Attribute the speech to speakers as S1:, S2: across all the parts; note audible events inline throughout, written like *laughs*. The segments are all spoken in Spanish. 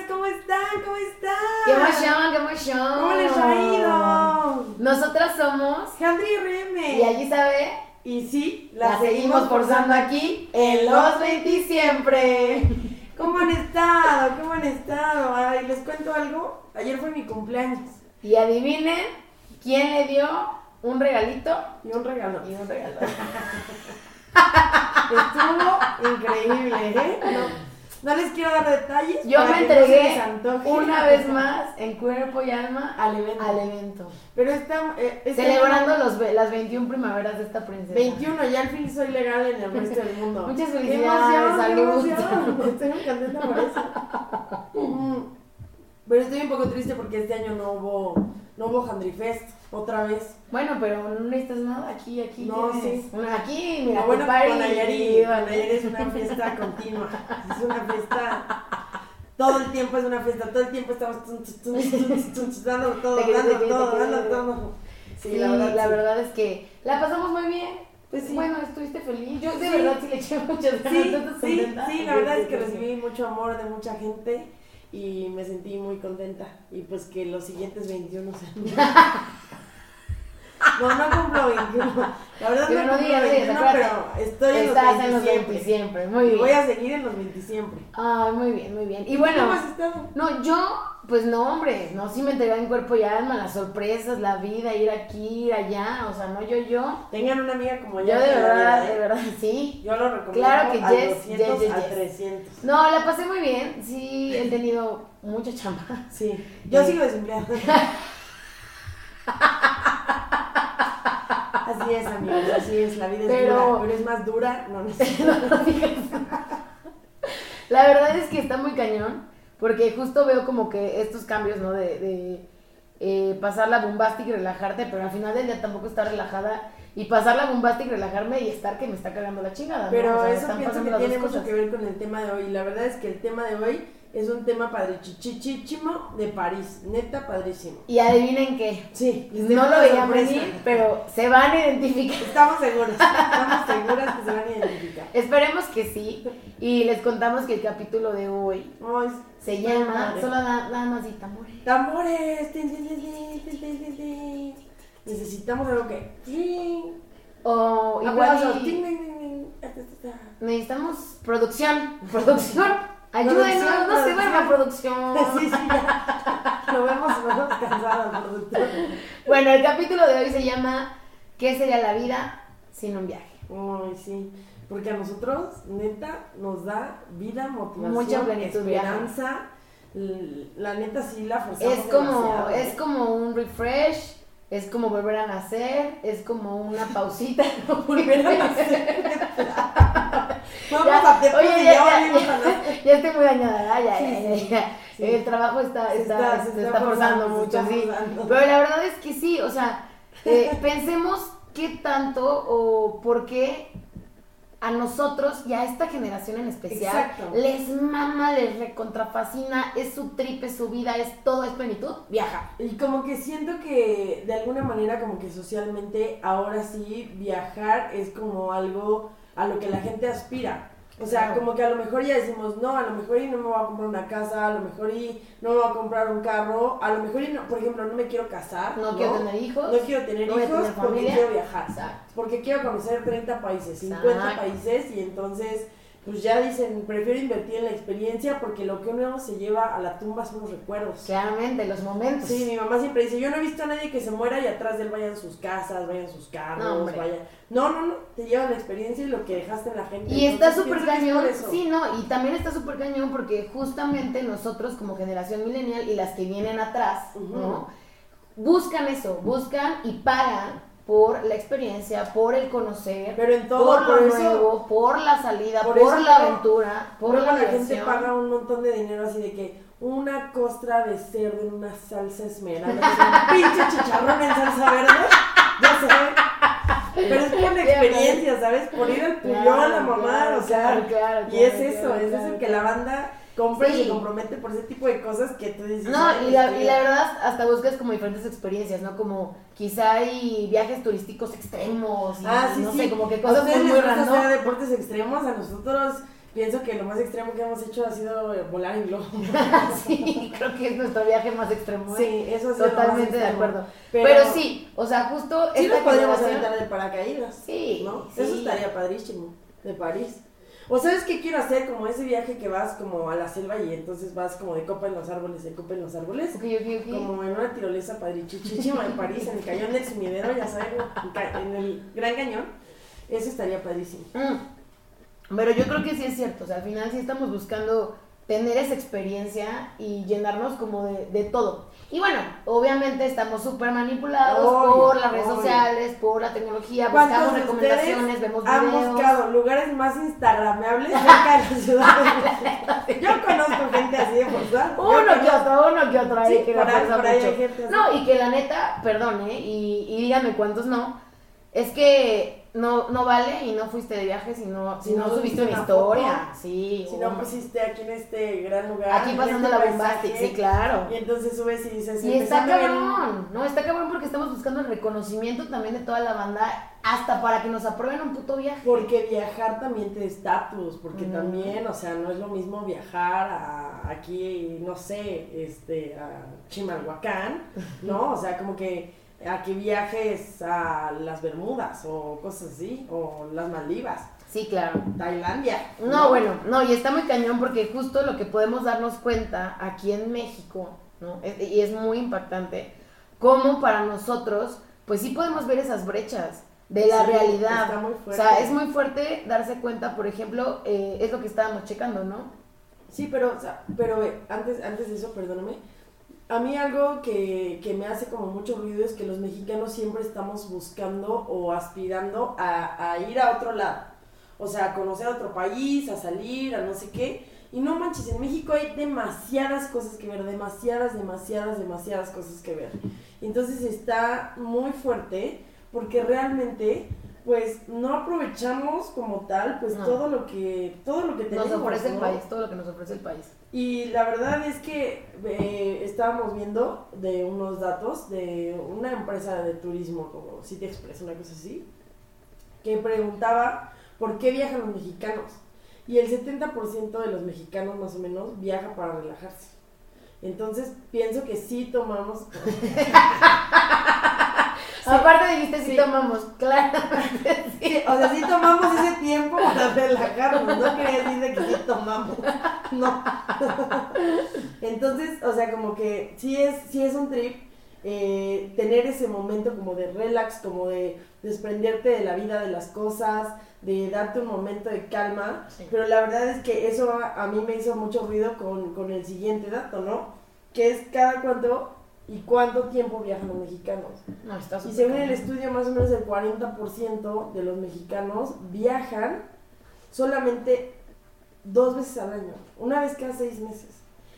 S1: están? ¿Cómo están?
S2: ¡Qué emoción, qué emoción!
S1: ¿Cómo les ha ido?
S2: Nosotras somos
S1: Henry Reme.
S2: y allí sabe,
S1: Y sí,
S2: la, seguimos forzando aquí en los 20 siempre.
S1: ¿Cómo han estado? ¿Cómo han estado? Ay, les cuento algo. Ayer fue mi cumpleaños.
S2: Y adivinen quién le dio un regalito
S1: Y un
S2: *laughs*
S1: regalo.
S2: y un regalo.
S1: Estuvo increíble, ¿eh? No, no les quiero dar detalles.
S2: Yo
S1: para
S2: me
S1: que no se les
S2: entregué
S1: antoje.
S2: una vez más en cuerpo y alma
S1: *laughs* al evento.
S2: al evento,
S1: Pero está. eh, este-
S2: celebrando los, ve- las 21 primaveras de esta princesa.
S1: 21, ya al fin soy legal en el resto del mundo.
S2: Muchas
S1: ¡Qué
S2: felicidades,
S1: emoción, qué
S2: salud.
S1: emoción! Estoy muy contenta por eso. Mm. Pero estoy un poco triste porque este año no hubo, no hubo Handry Fest, otra vez.
S2: Bueno, pero no necesitas nada aquí, aquí.
S1: No,
S2: tienes.
S1: sí.
S2: Una- Aquí,
S1: Lo
S2: mira,
S1: bueno, que con
S2: compadre,
S1: Nayari,
S2: y-
S1: con Nayari es una fiesta continua. Es una fiesta. Todo el tiempo es una fiesta, todo el tiempo estamos tun, tun, tun, tun, tun, tun, tun, dando todo,
S2: Te quiero, te
S1: dando
S2: quiero, te
S1: todo,
S2: quiero.
S1: dando todo.
S2: Sí, la verdad, es que la pasamos muy bien.
S1: Pues sí.
S2: Bueno, estuviste feliz. Yo de
S1: Sí.
S2: verdad sí le eché muchas ganas. *laughs*
S1: Sí,
S2: ¿estás
S1: sí,
S2: contenta?
S1: sí, la verdad es que
S2: sí, sí.
S1: recibí mucho amor de mucha gente y me sentí muy contenta. Y pues que los siguientes 21
S2: *laughs*
S1: sean. No, no cumplo 21. La verdad
S2: Pero
S1: no
S2: no
S1: cumplo
S2: digas eso,
S1: 21,
S2: acuérdate.
S1: pero estoy en los,
S2: Estás en los
S1: 20
S2: 20
S1: siempre.
S2: siempre. Muy bien.
S1: Voy a seguir en los 20 siempre.
S2: Ay, muy bien, muy bien. Y
S1: ¿Cómo
S2: bueno,
S1: has estado?
S2: no, yo, pues no, hombre, no, sí me entregué en cuerpo y alma, las sorpresas, la vida, ir aquí, ir allá. O sea, no, yo, yo.
S1: Tengan una amiga como
S2: Yo
S1: yo.
S2: de
S1: que la
S2: verdad,
S1: vida,
S2: de
S1: ¿eh?
S2: verdad, *laughs* sí.
S1: Yo lo recomiendo
S2: Claro que
S1: a
S2: yes,
S1: 200
S2: yes, yes,
S1: a
S2: yes.
S1: 300.
S2: No, la pasé muy bien. Sí, he tenido mucha chamba.
S1: Sí, yo
S2: Sí.
S1: sigo desempleada. así es, amigos, así es, la vida
S2: Pero-
S1: es dura, pero es más dura, no
S2: *laughs*
S1: necesito.
S2: La verdad es que está muy cañón, porque justo veo como que estos cambios, ¿no? De, de eh, pasar la bombástica y relajarte, pero al final del día tampoco estar relajada y pasar la bombástica y relajarme y estar que me está cagando la chingada. ¿no?
S1: Pero
S2: O sea, me
S1: eso
S2: están
S1: pienso
S2: pasando
S1: que
S2: las dos
S1: tiene mucho
S2: cosas.
S1: que ver con el tema de hoy. La verdad es que el tema de hoy es un tema padrichichichimo de París, neta padrísimo.
S2: Y adivinen qué.
S1: Sí, les dejo
S2: No lo
S1: una
S2: veían
S1: sorpresa.
S2: venir, pero se van a identificar. *laughs*
S1: Estamos seguros, estamos seguras que se van a identificar.
S2: Esperemos que sí. Y les contamos que el capítulo de hoy
S1: Ay,
S2: se llama
S1: madre.
S2: Solo da- Damas y Tambores.
S1: Ah, tambores. tin, tin, tin, tin, tin, tin, tin, tin. Necesitamos algo que. Sí.
S2: O igual.
S1: Aplausos.
S2: y-
S1: Ting, ting, ting, ting. Ta, ta, ta, ta.
S2: Necesitamos producción. *laughs* Producción. Ayúdenos, no se duerma producción.
S1: *laughs* Sí, sí,
S2: *laughs*
S1: ya. Lo vemos, lo vemos cansado, productor.
S2: Bueno, el capítulo de hoy se llama ¿Qué sería la vida sin un viaje?
S1: Ay, sí. Porque a nosotros, neta, nos da vida, motivación,
S2: Mucha plenitud,
S1: esperanza. L- La neta sí la forzamos
S2: Es como,
S1: demasiado, ¿eh?
S2: es como un refresh, es como volver a nacer, es como una pausita. *laughs*
S1: Volver a nacer. Vamos a
S2: Ya,
S1: Tepa
S2: oye,
S1: y ya
S2: ya, ya,
S1: volvimos a
S2: *laughs*
S1: nacer.
S2: Ya estoy muy dañada, ¿verdad? ya,
S1: Sí,
S2: ya,
S1: sí,
S2: ya, ya.
S1: sí.
S2: El trabajo está,
S1: Se
S2: está,
S1: está-
S2: se
S1: se
S2: está forzando
S1: se
S2: mucho,
S1: está
S2: sí.
S1: forzando.
S2: Pero la verdad es que sí, o sea,
S1: *laughs*
S2: eh, pensemos qué tanto o por qué a nosotros y a esta generación en especial
S1: Exacto.
S2: les mama, les recontrafascina, es su tripe, su vida, es todo, es plenitud, viaja.
S1: Y como que siento que de alguna manera como que socialmente ahora sí viajar es como algo a lo que la gente aspira. O sea,
S2: Claro.
S1: como que a lo mejor ya decimos, no, a lo mejor y no me voy a comprar una casa, a lo mejor y no me voy a comprar un carro, a lo mejor y no, por ejemplo, no me quiero casar.
S2: No, quiero tener hijos.
S1: no quiero tener
S2: no voy a
S1: hijos
S2: tener
S1: porque
S2: familia.
S1: quiero viajar.
S2: Exacto.
S1: Porque quiero conocer 30 países, 50
S2: Exacto.
S1: países y entonces pues ya dicen, prefiero invertir en la experiencia porque lo que uno se lleva a la tumba son los recuerdos.
S2: Claramente, los momentos.
S1: Sí, mi mamá siempre dice, yo no he visto a nadie que se muera y atrás de él vayan sus casas, vayan sus
S2: No,
S1: carros,
S2: hombre.
S1: vayan... No, no, no, te llevan la experiencia y lo que dejaste en la gente.
S2: Y está
S1: Entonces,
S2: súper
S1: pienso que es
S2: cañón,
S1: por eso.
S2: sí, no, y también está súper cañón porque justamente nosotros como generación millennial y las que vienen atrás,
S1: Ujú.
S2: ¿no? Buscan eso, buscan y pagan por la experiencia, por el conocer,
S1: Pero en todo,
S2: por
S1: por,
S2: lo
S1: eso,
S2: nuevo, por la salida,
S1: por
S2: por,
S1: eso
S2: la
S1: luego-
S2: aventura, por
S1: luego
S2: la
S1: la gente
S2: diversión.
S1: paga un montón de dinero así de que una costra de cerdo en una salsa esmeralda, que
S2: *laughs*
S1: es un pinche chicharrón en salsa verde, ya sé. Pero es por la
S2: Ya,
S1: experiencia, ¿sabes? Por ir al
S2: Claro,
S1: puñón pues, a mamar,
S2: claro,
S1: o sea...
S2: claro, claro,
S1: Y es
S2: claro,
S1: eso,
S2: claro,
S1: es
S2: claro,
S1: eso que la
S2: claro.
S1: banda compra y
S2: Sí.
S1: se compromete por ese tipo de cosas que tú dices. este,
S2: No, y la, y la verdad hasta buscas como diferentes experiencias, ¿no? Como quizá hay viajes turísticos extremos, y
S1: Ah, sí,
S2: no
S1: sí.
S2: sé, como que
S1: ¿A
S2: cosas
S1: ustedes les
S2: muy, muy
S1: gusta
S2: random.
S1: hacer deportes extremos? A nosotros Pienso que lo más extremo que hemos hecho ha sido eh, volar en globo.
S2: *laughs* sí, creo que es nuestro viaje más extremo. ¿eh?
S1: Sí, eso ha sido lo más
S2: Totalmente de
S1: extremo.
S2: acuerdo. Pero,
S1: Pero-
S2: sí, o sea, justo
S1: Sí,
S2: esta
S1: nos podríamos
S2: generación-
S1: aventar de paracaídas.
S2: Sí,
S1: ¿no?
S2: sí.
S1: Eso estaría padrísimo, de París. O sabes qué quiero hacer, como ese viaje que vas como a la selva y entonces vas como de copa en los árboles, de copa en los árboles.
S2: Ok, ok, ok.
S1: Como en una tirolesa padrichichichima en París, en el cañón del sumidero, ya saben, en ca- en el Gran Cañón. Eso estaría padrísimo.
S2: Mm. Pero yo creo que sí es cierto, o sea, al final sí estamos buscando tener esa experiencia y llenarnos como de, de todo. Y bueno, obviamente estamos súper manipulados
S1: Obvio,
S2: por las redes
S1: obvio.
S2: sociales, por la tecnología, buscamos
S1: ¿Cuántos de
S2: recomendaciones,
S1: ustedes
S2: vemos
S1: han
S2: Pues videos.
S1: buscado lugares más instagrameables cerca de la ciudad? de México? Yo conozco gente así de forzada.
S2: Uno que otro, uno que otro ahí
S1: Sí,
S2: que la
S1: por ahí-
S2: pasa
S1: por ahí
S2: mucho.
S1: hay gente así.
S2: No, y que la neta, perdón, ¿eh? Y, y díganme cuántos no. Es que no, no vale y no fuiste de viaje si no, si
S1: Si
S2: no,
S1: no
S2: subiste una
S1: subiste una foto,
S2: historia. Sí,
S1: Si
S2: o-
S1: no pues, pusiste aquí en este gran lugar.
S2: aquí
S1: en
S2: pasando
S1: este
S2: la
S1: paisaje,
S2: bombastic, sí, claro.
S1: Y entonces subes y dices,
S2: Y está
S1: empezando a ver un-
S2: cabrón, no, está cabrón porque estamos buscando el reconocimiento también de toda la banda, hasta para que nos aprueben un puto viaje.
S1: Porque viajar también te da estatus, porque
S2: Mm.
S1: también, o sea, no es lo mismo viajar a aquí, no sé, este, a Chimalhuacán, ¿no? O sea, como que a que viajes a las Bermudas o cosas así, o las Maldivas,
S2: Sí, claro.
S1: Tailandia.
S2: No, bueno, no, y está muy cañón porque justo lo que podemos darnos cuenta aquí en México, ¿no? Es- y es muy impactante, como para nosotros, pues sí podemos ver esas brechas de la
S1: Sí,
S2: realidad.
S1: está muy
S2: o
S1: fuerte.
S2: sea, es muy fuerte darse cuenta, por ejemplo, eh, es lo que estábamos checando, ¿no?
S1: Sí, pero, o sea, pero eh, antes, antes de eso, perdóname. A mí algo que, que me hace como mucho ruido es que los mexicanos siempre estamos buscando o aspirando a, a ir a otro lado. O sea, a conocer otro país, a salir, a no sé qué. Y no manches, en México hay demasiadas cosas que ver, demasiadas, demasiadas, demasiadas cosas que ver. Entonces está muy fuerte porque realmente pues no aprovechamos como tal pues
S2: No.
S1: todo lo que todo lo que tenemos
S2: Nos ofrece el
S1: ¿no?
S2: país, todo lo que nos ofrece el país.
S1: Y la verdad es que eh, estábamos viendo de unos datos de una empresa de turismo como City Express, una cosa así, que preguntaba por qué viajan los mexicanos. Y el 70% de los mexicanos más o menos viaja para relajarse. Entonces pienso que sí tomamos... Sí,
S2: Aparte dijiste si
S1: sí.
S2: tomamos, *laughs* claro.
S1: sí, o sea, sí tomamos ese tiempo para relajarnos. No quería decir de que sí tomamos. No. Entonces, o sea, como que sí es, sí es un trip eh, tener ese momento como de relax, como de desprenderte de la vida, de las cosas, de darte un momento de calma.
S2: Sí.
S1: Pero la verdad es que eso a, a mí me hizo mucho ruido con, con el siguiente dato, ¿no? Que es cada cuánto y cuánto tiempo viajan los mexicanos.
S2: No, está
S1: Y
S2: súper
S1: según el
S2: cañón.
S1: estudio, más o menos el 40% de los mexicanos viajan solamente dos veces al año, una vez cada seis meses.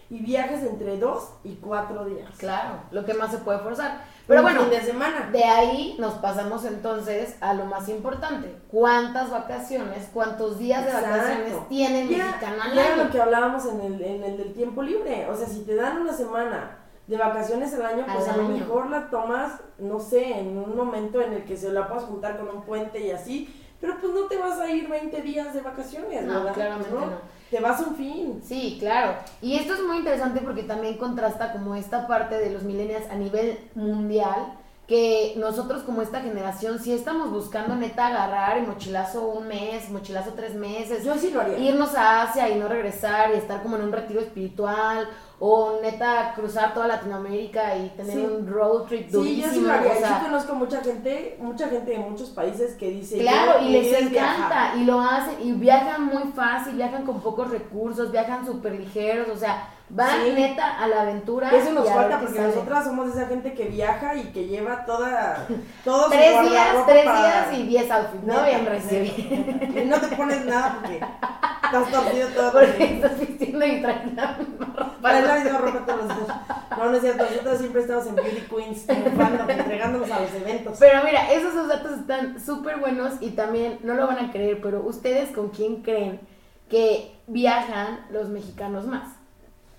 S1: Y viajas entre dos y cuatro días.
S2: Claro, lo que más se puede forzar. Pero bueno,
S1: Un fin de semana.
S2: de ahí nos pasamos entonces a lo más importante. ¿Cuántas vacaciones, cuántos días de
S1: Exacto.
S2: vacaciones tiene el
S1: Ya-
S2: mexicano al
S1: ya era
S2: año?
S1: lo que hablábamos en el, en el del tiempo libre. O sea, si te dan una semana de vacaciones al año,
S2: Al
S1: pues a lo
S2: año.
S1: mejor la tomas, no sé, en un momento en el que se la puedas juntar con un puente y así. Pero pues no te vas a ir 20 días de vacaciones,
S2: No,
S1: ¿verdad?
S2: claramente
S1: Pues
S2: no.
S1: Te vas un fin.
S2: Sí, claro. Y esto es muy interesante porque también contrasta como esta parte de los millennials a nivel mundial, que nosotros como esta generación sí estamos buscando neta agarrar el mochilazo un mes, mochilazo tres meses,
S1: Yo sí lo haría.
S2: irnos a Asia y no regresar y estar como en un retiro espiritual o neta cruzar toda Latinoamérica y tener
S1: Sí.
S2: un road trip
S1: Sí,
S2: durísimo.
S1: yo sí lo haría.
S2: o sea,
S1: yo conozco mucha gente, mucha gente de muchos países que dice.
S2: Claro,
S1: yo
S2: y les
S1: quiero
S2: encanta,
S1: viajar.
S2: y lo hacen, y viajan muy fácil, viajan con pocos recursos, viajan súper ligeros, o sea, van
S1: Sí.
S2: neta a la aventura.
S1: Eso
S2: y
S1: nos
S2: a ver
S1: falta
S2: qué
S1: porque
S2: sale.
S1: nosotras somos esa gente que viaja y que lleva
S2: *laughs*
S1: toda, todo su
S2: Tres días,
S1: guardarropa
S2: tres
S1: para-
S2: días y diez outfits, ¿no?
S1: Neta,
S2: Bien recibí.
S1: neta. Y no te pones nada porque estás torcido todo.
S2: *laughs* Porque
S1: torcido.
S2: estás vistiendo y traes la misma *laughs* ropa.
S1: Traes la misma ropa todos los días. No, no es cierto, nosotros siempre estamos en Beauty Queens, triunfando, entregándonos a los eventos.
S2: Pero mira, esos dos datos están súper buenos y también no lo van a creer, pero ustedes con quién creen que viajan los mexicanos más.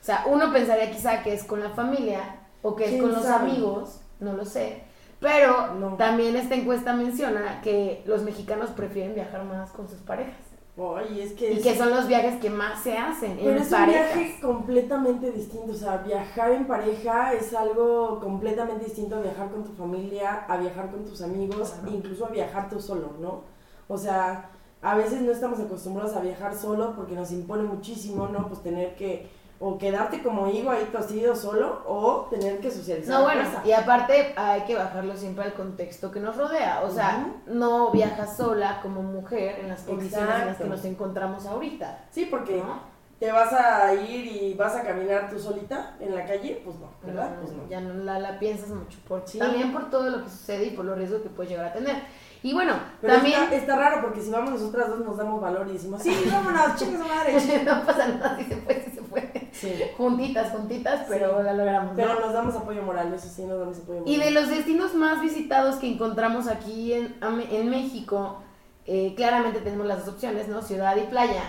S2: O sea, uno pensaría quizá que es con la familia o que es
S1: ¿Quién
S2: con los
S1: sabe?
S2: amigos, no lo sé. Pero
S1: No.
S2: también esta encuesta menciona que los mexicanos prefieren viajar más con sus parejas.
S1: Oye, es que...
S2: Y
S1: es-
S2: que son los viajes que más se hacen
S1: Pero
S2: en
S1: es un
S2: parejas.
S1: viaje completamente distinto, o sea, viajar en pareja es algo completamente distinto a viajar con tu familia, a viajar con tus amigos,
S2: Claro.
S1: incluso a viajar tú solo, ¿no? O sea, a veces no estamos acostumbrados a viajar solo porque nos impone muchísimo, ¿no? Pues tener que o quedarte como higo ahí tosido solo o tener que socializar.
S2: No,
S1: en
S2: bueno,
S1: casa.
S2: y aparte hay que bajarlo siempre al contexto que nos rodea. O sea, no viajas sola como mujer en las condiciones en las que
S1: Exacto.
S2: nos encontramos ahorita.
S1: Sí, porque
S2: ¿no?
S1: te vas a ir y vas a caminar tú solita en la calle, pues no, ¿verdad?
S2: No,
S1: Pues no.
S2: Ya no la, la piensas mucho. Por,
S1: Sí.
S2: También por todo lo que sucede y por los riesgos que puedes llegar a tener. Y bueno,
S1: Pero
S2: también
S1: está, está raro porque si vamos nosotras dos nos damos valor y decimos, sí, vámonos, chicas a madre.
S2: *laughs* no pasa nada si se puede, si se puede.
S1: Sí.
S2: Juntitas, juntitas, pero
S1: Sí.
S2: la logramos. ¿no?
S1: Pero nos damos apoyo moral, eso sí, nos damos apoyo moral.
S2: Y de los destinos más visitados que encontramos aquí en, Am- en México, eh, claramente tenemos las dos opciones, ¿no? Ciudad y playa.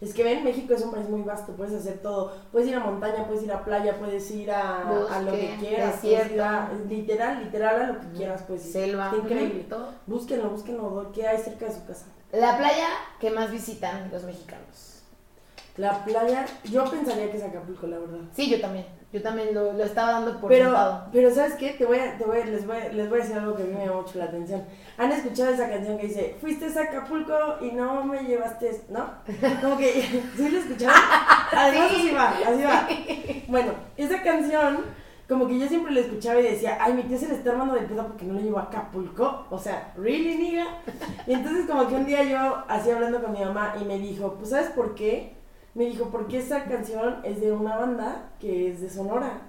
S1: Es que ven, México es un país muy vasto, puedes hacer todo. Puedes ir a montaña, puedes ir a playa, puedes ir a, a lo
S2: Bosque,
S1: que quieras. puedes
S2: desierto.
S1: ir a- literal, literal a lo que quieras, pues. ir.
S2: selva,
S1: Está increíble.
S2: ujú, todo.
S1: Búsquenlo, búsquenlo, ¿qué hay cerca de su casa?
S2: La playa que más visitan los mexicanos.
S1: La playa, yo pensaría que es Acapulco, la verdad.
S2: Sí, yo también. Yo también lo, lo estaba dando por
S1: Pero,
S2: sentado.
S1: pero ¿sabes qué? Te voy a- te voy a- les, voy, a- les voy a decir algo que a mí me llama mucho la atención. ¿Han escuchado esa canción que dice, fuiste a Acapulco y no me llevaste,
S2: *laughs*
S1: no? Como que, *laughs* ¿sí lo escucharon? Además, así va, así va. Bueno, esa canción, como que yo siempre la escuchaba y decía, ay, mi tía se le está armando de pedo porque no le llevó a Acapulco. O sea, ¿really, nigga? Y entonces como que un día yo, así hablando con mi mamá, y me dijo, pues, ¿sabes por qué? Me dijo, porque esa canción es de una banda que es de Sonora.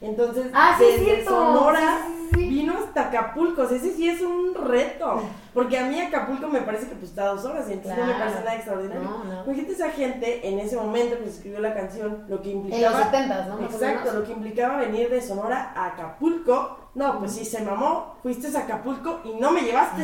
S1: Entonces,
S2: Ah, sí, es
S1: desde
S2: cierto.
S1: Sonora
S2: Sí, sí, sí.
S1: vino hasta Acapulco. O sea, ese sí es un reto. Porque a mí Acapulco me parece que pues está a dos horas y entonces no me
S2: Claro.
S1: parece nada extraordinario.
S2: No, no.
S1: Imagínate esa gente en ese momento que se escribió la canción, lo que
S2: En los
S1: implicaba.
S2: 70 ¿no? Más o
S1: Exacto,
S2: menos.
S1: lo que implicaba venir de Sonora a Acapulco. No, pues sí, se mamó, fuiste a Acapulco y no me llevaste.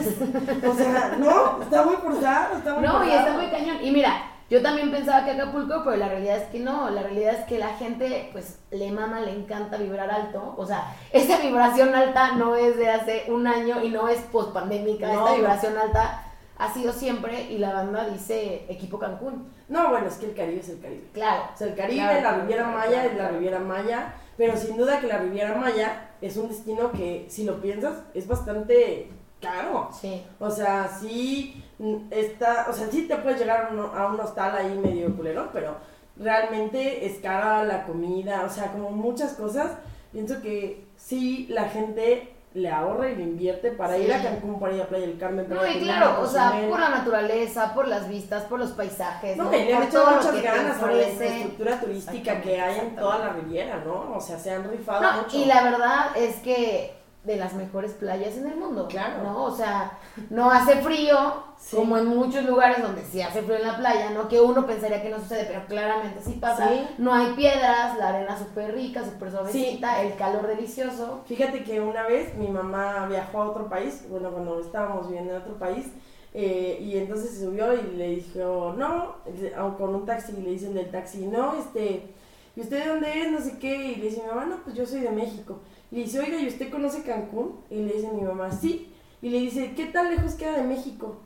S1: O sea, no, está muy forzado, está muy
S2: No, y
S1: forzado.
S2: está muy cañón. Y mira, yo también pensaba que Acapulco, pero la realidad es que no. La realidad es que la gente, pues, le mama, le encanta vibrar alto. O sea, esa vibración alta no es de hace un año y no es pospandémica.
S1: No.
S2: Esta vibración alta ha sido siempre y la banda dice Equipo Cancún.
S1: No, bueno, es que el Caribe es el Caribe.
S2: Claro.
S1: O sea, el Caribe,
S2: Claro,
S1: la
S2: claro,
S1: Riviera
S2: claro,
S1: Maya
S2: claro,
S1: es la
S2: claro.
S1: Riviera Maya, pero sin duda que la Riviera Maya es un destino que, si lo piensas, es bastante caro.
S2: Sí.
S1: O sea, sí mm, está, o sea, sí te puedes llegar a un, a un hostal ahí medio culero, pero realmente es cara la comida, o sea, como muchas cosas. Pienso que sí la gente le ahorra y le invierte para
S2: Sí.
S1: ir a Cancún, para ir a Playa del Carmen, para
S2: No,
S1: ir
S2: y
S1: a
S2: claro, o sea,
S1: Cozumel.
S2: por la naturaleza, por las vistas, por los paisajes,
S1: No,
S2: ¿no?
S1: que le han
S2: por
S1: hecho
S2: lo
S1: muchas
S2: que te
S1: ganas por la
S2: ofrece.
S1: infraestructura turística que hay en toda la Riviera, ¿no? O sea, se han rifado
S2: No,
S1: mucho.
S2: y la verdad es que de las mejores playas en el mundo.
S1: Claro.
S2: ¿No? O sea, no hace frío,
S1: Sí.
S2: como en muchos lugares donde sí hace frío en la playa, ¿no? Que uno pensaría que no sucede, pero claramente sí pasa.
S1: Sí.
S2: No hay piedras, la arena súper rica, súper suavecita, el calor delicioso.
S1: Fíjate que una vez mi mamá viajó a otro país, bueno, cuando estábamos viviendo en otro país, eh, y entonces se subió y le dijo, no, le- o con un taxi, y le dicen del taxi, no, este, ¿y usted de dónde es? No sé qué, y le dice mi mamá, no, pues yo soy de México. Y le dice, oiga, ¿y usted conoce Cancún? Y le dice mi mamá, sí. Y le dice, ¿qué tan lejos queda de México?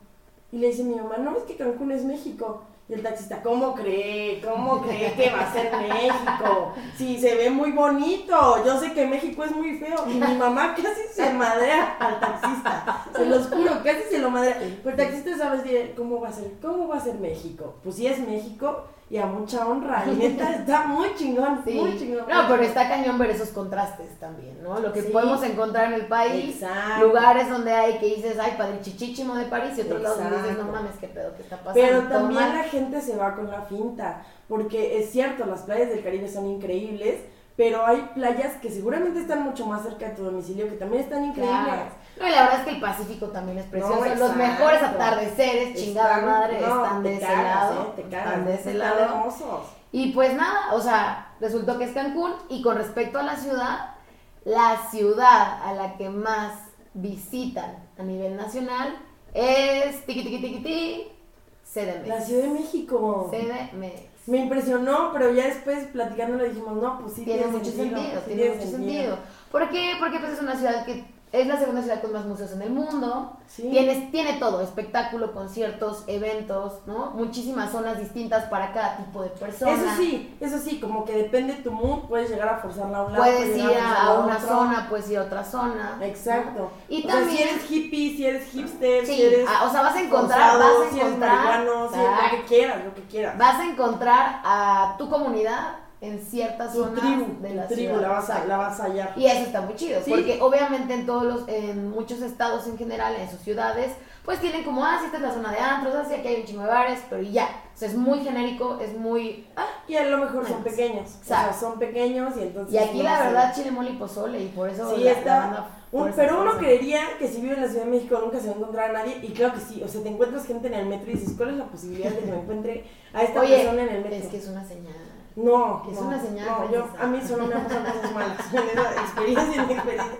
S1: Y le dice mi mamá, no, es que Cancún es México. Y el taxista, ¿cómo cree? ¿Cómo cree que va a ser México? Sí, se ve muy bonito. Yo sé que México es muy feo. Y mi mamá casi se madrea al taxista. Se los juro, casi se lo madrea. Pero el taxista sabes bien cómo va a ser, cómo va a ser México. Pues sí es México y a mucha honra. Y neta está muy chingón,
S2: Sí.
S1: muy chingón.
S2: No, pero está cañón ver esos contrastes también, ¿no? Lo que
S1: Sí.
S2: podemos encontrar en el país.
S1: Exacto.
S2: Lugares donde hay que dices, ay, padre chichichimo de París, y otros lados donde dices, no
S1: Exacto.
S2: mames, qué pedo que está pasando.
S1: Pero
S2: Todo
S1: también
S2: mal.
S1: la gente se va con la finta, porque es cierto, las playas del Caribe son increíbles, pero hay playas que seguramente están mucho más cerca de tu domicilio que también están increíbles.
S2: Claro. No, y la verdad es que el Pacífico también es precioso.
S1: No,
S2: Los
S1: exacto.
S2: mejores atardeceres, chingada
S1: Están-
S2: madre,
S1: no,
S2: están
S1: te
S2: de ese
S1: cagas,
S2: lado.
S1: ¿eh? Te cagas,
S2: están de ese
S1: están
S2: lado.
S1: hermosos.
S2: Y pues nada, o sea, resultó que es Cancún. Y con respecto a la ciudad, la ciudad a la que más visitan a nivel nacional es tiqui tiqui tiqui ti,
S1: La
S2: CDMX.
S1: Ciudad de México.
S2: CDMX.
S1: Me impresionó, pero ya después platicando le dijimos, no, pues sí
S2: tiene mucho sentido,
S1: sí
S2: tiene mucho sentido. ¿Por qué? Porque pues es una ciudad que es la segunda ciudad con más museos en el mundo.
S1: Sí.
S2: Tienes, tiene todo, espectáculo, conciertos, eventos, ¿no? Muchísimas zonas distintas para cada tipo de persona.
S1: Eso sí, eso sí, como que depende tu mood, puedes llegar a forzarla a un lado.
S2: Puedes ir
S1: llegar
S2: a,
S1: forzarla
S2: una
S1: otro.
S2: zona, puedes ir a otra zona.
S1: Exacto.
S2: Y
S1: o
S2: también-
S1: Sea, si eres hippie, si eres hipster,
S2: Sí,
S1: si eres.
S2: ah, o sea, vas a encontrar,
S1: forzado,
S2: vas a
S1: si eres
S2: encontrar,
S1: marihuano, si eres lo que quieras, lo que quieras.
S2: vas a encontrar a tu comunidad en ciertas
S1: Tu
S2: zonas
S1: tribu,
S2: de
S1: tu
S2: la
S1: tribu,
S2: ciudad.
S1: la vas, a, la vas a hallar.
S2: Y eso está muy chido,
S1: Sí.
S2: porque obviamente en todos los, en muchos estados en general, en sus ciudades, pues tienen como, ah, sí, esta es la zona de antros, así aquí hay un chingo de bares, pero y ya. O sea, es muy genérico, es muy...
S1: Y a lo mejor son
S2: Menos.
S1: pequeños. O sea,
S2: Exacto.
S1: son pequeños y entonces.
S2: Y aquí
S1: no
S2: la
S1: sé.
S2: verdad, chile mole y pozole, y por eso
S1: Sí,
S2: la- la
S1: está
S2: banda
S1: Un-
S2: fuerza,
S1: pero uno
S2: fuerza.
S1: creería que si vive en la Ciudad de México nunca se va a encontrar a nadie, y claro que sí, o sea, te encuentras gente en el metro y dices, ¿cuál es la posibilidad de que me encuentre a esta
S2: Oye,
S1: persona en el metro?
S2: Es que es una señal.
S1: No,
S2: Es
S1: no,
S2: una señal,
S1: No, yo,
S2: princesa.
S1: a mí solo me han pasado
S2: *laughs*
S1: cosas malas. *laughs* En esa experiencia, en mi experiencia.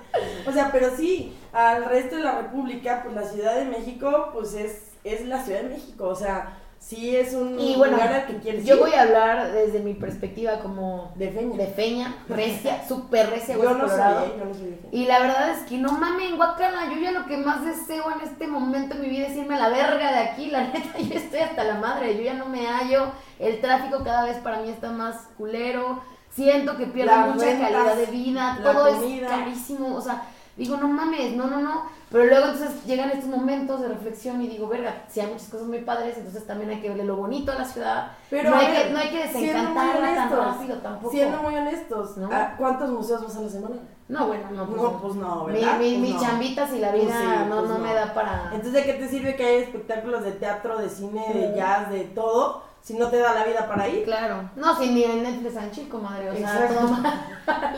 S1: O sea, pero sí, al resto de la República, pues la Ciudad de México, pues es, es la Ciudad de México. O sea, sí es un
S2: Y bueno,
S1: lugar al que quieres
S2: Yo
S1: ir.
S2: voy a hablar desde mi perspectiva como
S1: de feña.
S2: de feña, recia, súper recia,
S1: yo
S2: Hueso
S1: no soy,
S2: Colorado.
S1: ¿eh? yo no soy de feña.
S2: Y la verdad es que no mames, guacala, yo ya lo que más deseo en este momento en mi vida es irme a la verga de aquí, la *laughs* neta, yo estoy hasta la madre, yo ya no me hallo, el tráfico cada vez para mí está más culero, siento que pierdo
S1: Las
S2: mucha
S1: rentas,
S2: calidad de vida,
S1: la
S2: todo
S1: comida.
S2: es carísimo, o sea, digo, no mames, no, no, no, pero luego entonces llegan estos momentos de reflexión y digo, verga, si hay muchas cosas muy padres, entonces también hay que verle lo bonito a la ciudad,
S1: Pero
S2: no,
S1: a
S2: hay
S1: ver,
S2: que, no hay que
S1: siendo muy
S2: desencantarla tan
S1: honestos,
S2: rápido tampoco.
S1: Siendo muy honestos,
S2: ¿No?
S1: ¿a ¿cuántos museos vas a la semana?
S2: No, bueno, no, pues no.
S1: pues no,
S2: Mi,
S1: ¿verdad?
S2: mi-
S1: Pues
S2: mis
S1: no.
S2: chambitas y la vida
S1: Pues sí,
S2: no,
S1: pues
S2: no
S1: no.
S2: me da para...
S1: Entonces, ¿de qué te sirve que haya espectáculos de teatro, de cine, de
S2: Sí.
S1: jazz, de todo, si no te da la vida para ir?
S2: Claro. No, si ni en Netflix tan chico, madre. O sea,
S1: Exacto.
S2: todo *laughs* mal.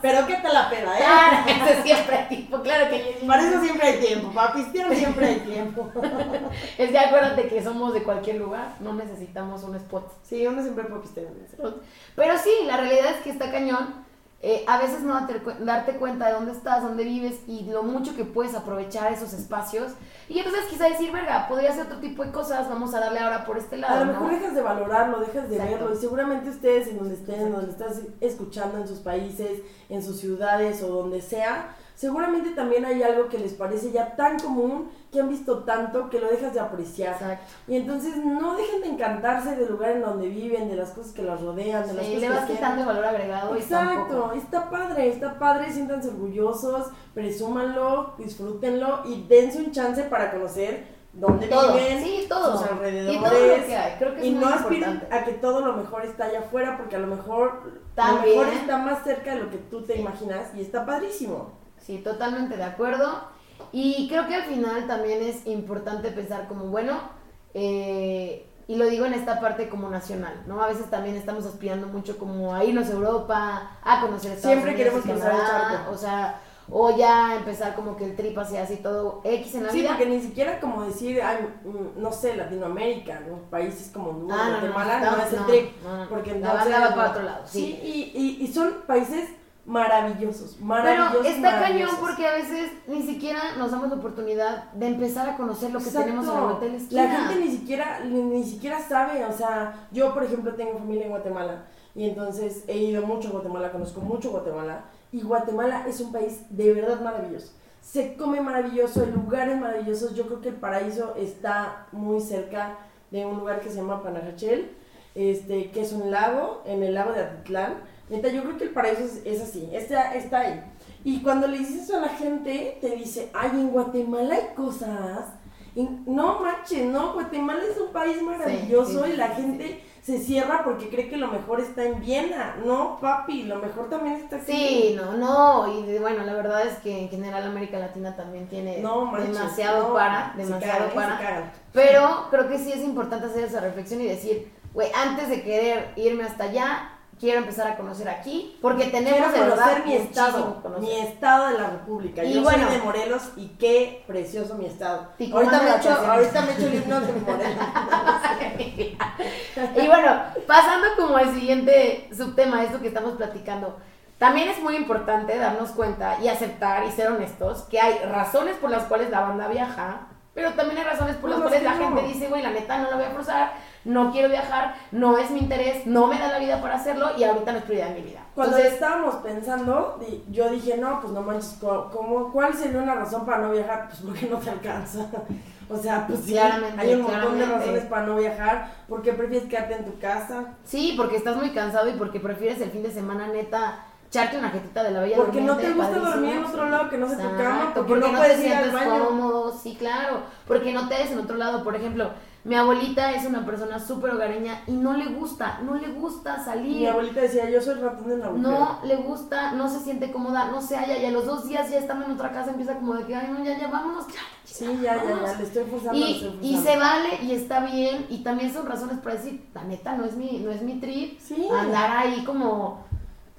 S1: Pero que te la pela, ¿eh?
S2: Claro, *laughs* eso siempre hay tiempo. Claro que yo-
S1: Para eso siempre hay tiempo, para pistear siempre hay tiempo.
S2: Es que acuérdate que somos de cualquier lugar, no necesitamos un spot.
S1: Sí, uno siempre puede pistear.
S2: Pero sí, la realidad es que está cañón. eh, a veces no darte, cu- darte cuenta de dónde estás, dónde vives y lo mucho que puedes aprovechar esos espacios. Y entonces quizá decir, verga, podría ser otro tipo de cosas, vamos a darle ahora por este lado.
S1: A lo
S2: ¿no?
S1: mejor dejas de valorarlo, dejas de
S2: Exacto.
S1: verlo. Y seguramente ustedes en donde estén, en donde estás escuchando en sus países, en sus ciudades o donde sea, seguramente también hay algo que les parece ya tan común, que han visto tanto, que lo dejas de apreciar.
S2: Exacto.
S1: Y entonces no dejen de encantarse del lugar en donde viven, de las cosas que los rodean, de las cosas
S2: Sí, Eh, le
S1: que
S2: vas
S1: quieren.
S2: quitando el valor agregado y tampoco.
S1: Exacto, está padre, está padre, siéntanse orgullosos, presúmanlo, disfrútenlo y dense un chance para conocer dónde
S2: todo,
S1: viven,
S2: sí, todo.
S1: sus alrededores.
S2: Y todo lo que hay, creo que es
S1: y
S2: muy
S1: no aspiren
S2: importante.
S1: a que todo lo mejor está allá afuera, porque a lo mejor
S2: También.
S1: lo mejor está más cerca de lo que tú te imaginas y está padrísimo.
S2: Sí, totalmente de acuerdo. Y creo que al final también es importante pensar como, bueno, eh, y lo digo en esta parte como nacional, ¿no? A veces también estamos aspirando mucho como a irnos a Europa, a conocer Estados
S1: Siempre
S2: Unidos
S1: queremos
S2: y
S1: cruzar el
S2: Canadá,
S1: charco.
S2: o sea, o ya empezar como que el trip hacia así todo X en la
S1: Sí,
S2: vida.
S1: porque ni siquiera como decir, ay, mm, no sé, Latinoamérica, ¿no? países como Honduras,
S2: Ah, no, no,
S1: Guatemala, no,
S2: estamos-
S1: es el
S2: no,
S1: trip.
S2: no, no.
S1: Porque
S2: la
S1: entonces-
S2: banda va para otro lado, sí.
S1: Sí, y, y, y son países maravillosos,
S2: Pero
S1: maravillosos.
S2: está cañón
S1: maravillosos.
S2: porque a veces ni siquiera nos damos la oportunidad de empezar a conocer lo que
S1: Exacto.
S2: tenemos en el hotel esquina.
S1: La gente ni siquiera, ni, ni siquiera sabe, o sea, yo por ejemplo tengo familia en Guatemala y entonces he ido mucho a Guatemala, conozco mucho Guatemala y Guatemala es un país de verdad maravilloso. Se come maravilloso, el lugar es maravilloso, yo creo que el paraíso está muy cerca de un lugar que se llama Panajachel, este, que es un lago, en el lago de Atitlán. Neta, yo creo que el paraíso es, es así, está, está ahí. Y cuando le dices eso a la gente, te dice, ay, en Guatemala hay cosas. Y no manches, no, Guatemala es un país maravilloso
S2: sí,
S1: y la
S2: sí,
S1: gente se cierra porque cree que lo mejor está en Viena. No, papi, lo mejor también está aquí.
S2: Sí, no, no, y de- bueno, la verdad es que en general América Latina también tiene
S1: No manches,
S2: demasiado
S1: no,
S2: para,
S1: se
S2: demasiado
S1: cagan, se
S2: para,
S1: cagan.
S2: pero creo que sí es importante hacer esa reflexión y decir, güey, antes de querer irme hasta allá, quiero empezar a conocer aquí, porque tenemos
S1: Quiero
S2: de verdad
S1: conocer mi
S2: muchísimo
S1: estado,
S2: que conocer.
S1: mi estado de la República.
S2: Y
S1: Yo
S2: bueno.
S1: soy de Morelos y qué precioso mi estado.
S2: Ticumán
S1: Ahorita
S2: de
S1: me, echo,
S2: vacaciones.
S1: ahorita me echo el himno de
S2: *laughs*
S1: Morelos.
S2: Y bueno, pasando como al siguiente subtema, esto que estamos platicando, también es muy importante darnos cuenta y aceptar y ser honestos que hay razones por las cuales la banda viaja, Pero también hay razones por las
S1: No, no, es
S2: cuales la
S1: que
S2: gente
S1: no.
S2: dice, güey, la neta no la voy a forzar, no quiero viajar, no es mi interés, no me da la vida para hacerlo y ahorita no es prioridad en mi vida.
S1: Cuando
S2: Entonces,
S1: estábamos pensando, di- yo dije, no, pues no manches, co- ¿cómo, ¿cuál sería una razón para no viajar? Pues porque no te alcanza. *laughs* O sea, pues sí,
S2: Claramente,
S1: hay un montón de
S2: claramente.
S1: razones para no viajar. ¿Por qué prefieres quedarte en tu casa?
S2: sí, porque estás muy cansado y porque prefieres el fin de semana neta echarte una jetita de la bella
S1: Porque no te
S2: Durmiente,
S1: gusta
S2: padrísimo.
S1: dormir en otro lado que no sea tu cama,
S2: Exacto,
S1: porque,
S2: porque
S1: no,
S2: no te
S1: puedes ir al
S2: sientes
S1: baño.
S2: cómodo, sí, claro, porque no te ves en otro lado, por ejemplo, mi abuelita es una persona súper hogareña y no le gusta, no le gusta
S1: Mi
S2: salir,
S1: abuelita decía, yo soy ratón de la
S2: no le gusta, no se siente cómoda, no se halla, y a los dos días ya estando en otra casa empieza como de que, ay, no, ya, ya, vámonos, ya.
S1: Sí, ya, ya, ya,
S2: Vámonos.
S1: le estoy forzando. le
S2: Y,
S1: estoy
S2: y se
S1: forzando.
S2: vale y está bien, y también son razones para decir, la neta, no es mi, no es mi trip,
S1: Sí.
S2: andar ahí como...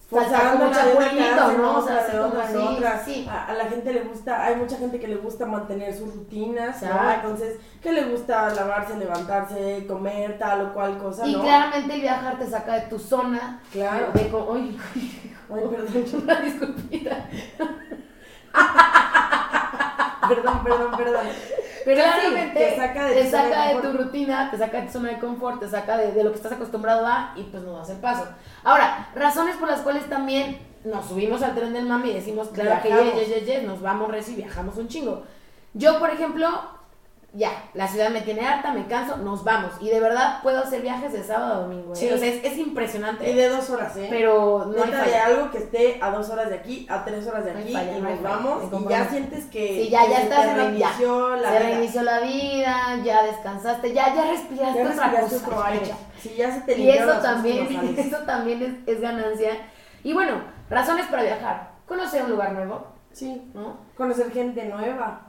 S2: saltar
S1: Forzando
S2: como
S1: la de una
S2: chapulito,
S1: casa,
S2: ¿no?
S1: ¿no?
S2: O sea,
S1: Otra
S2: así
S1: de
S2: como
S1: otra, de
S2: sí,
S1: otra.
S2: sí.
S1: A, a la gente le gusta, hay mucha gente que le gusta mantener sus rutinas, ¿no?
S2: Exacto.
S1: Entonces, que le gusta lavarse, levantarse, comer, tal o cual cosa,
S2: Y
S1: ¿no?
S2: claramente el viajar te saca de tu zona.
S1: Claro.
S2: De co- Ay, *laughs*
S1: Ay, perdón, *laughs*
S2: una disculpita.
S1: perdón, perdón, perdón. Pero sí,
S2: claramente
S1: te saca de tu zona de
S2: saca de tu
S1: confort.
S2: rutina, te saca de tu zona de confort, te saca de, de lo que estás acostumbrado a y pues no das el paso. Ahora, razones por las cuales también nos subimos al tren del mami y decimos, claro que
S1: Viajamos.
S2: yes, yes, yes, yes, nos vamos recio y viajamos un chingo. Yo, por ejemplo, ya, la ciudad me tiene harta, me canso, nos vamos. Y de verdad puedo hacer viajes de sábado a domingo. ¿eh?
S1: Sí.
S2: O sea, es, es impresionante.
S1: Y de dos horas, ¿eh?
S2: pero no hay
S1: Neta de
S2: falla.
S1: algo que esté a dos horas de aquí, a tres horas de
S2: No hay
S1: aquí,
S2: falla,
S1: y
S2: no hay
S1: nos
S2: falla, me
S1: vamos, y ya
S2: comprometo.
S1: sientes que.
S2: Sí, ya-
S1: que
S2: ya
S1: se
S2: estás
S1: te
S2: en el- ya.
S1: reinició la
S2: se
S1: vida.
S2: reinició la vida, ya descansaste, ya, ya respiraste
S1: Ya
S2: otra
S1: respiraste
S2: cosa.
S1: otro aire. Sí, ya se te
S2: Y
S1: limpiaron
S2: eso
S1: las
S2: también,
S1: últimas sales.
S2: *laughs* eso también es, es ganancia. Y bueno, razones para viajar. Conocer un lugar nuevo,
S1: Sí.
S2: ¿no?
S1: Conocer gente nueva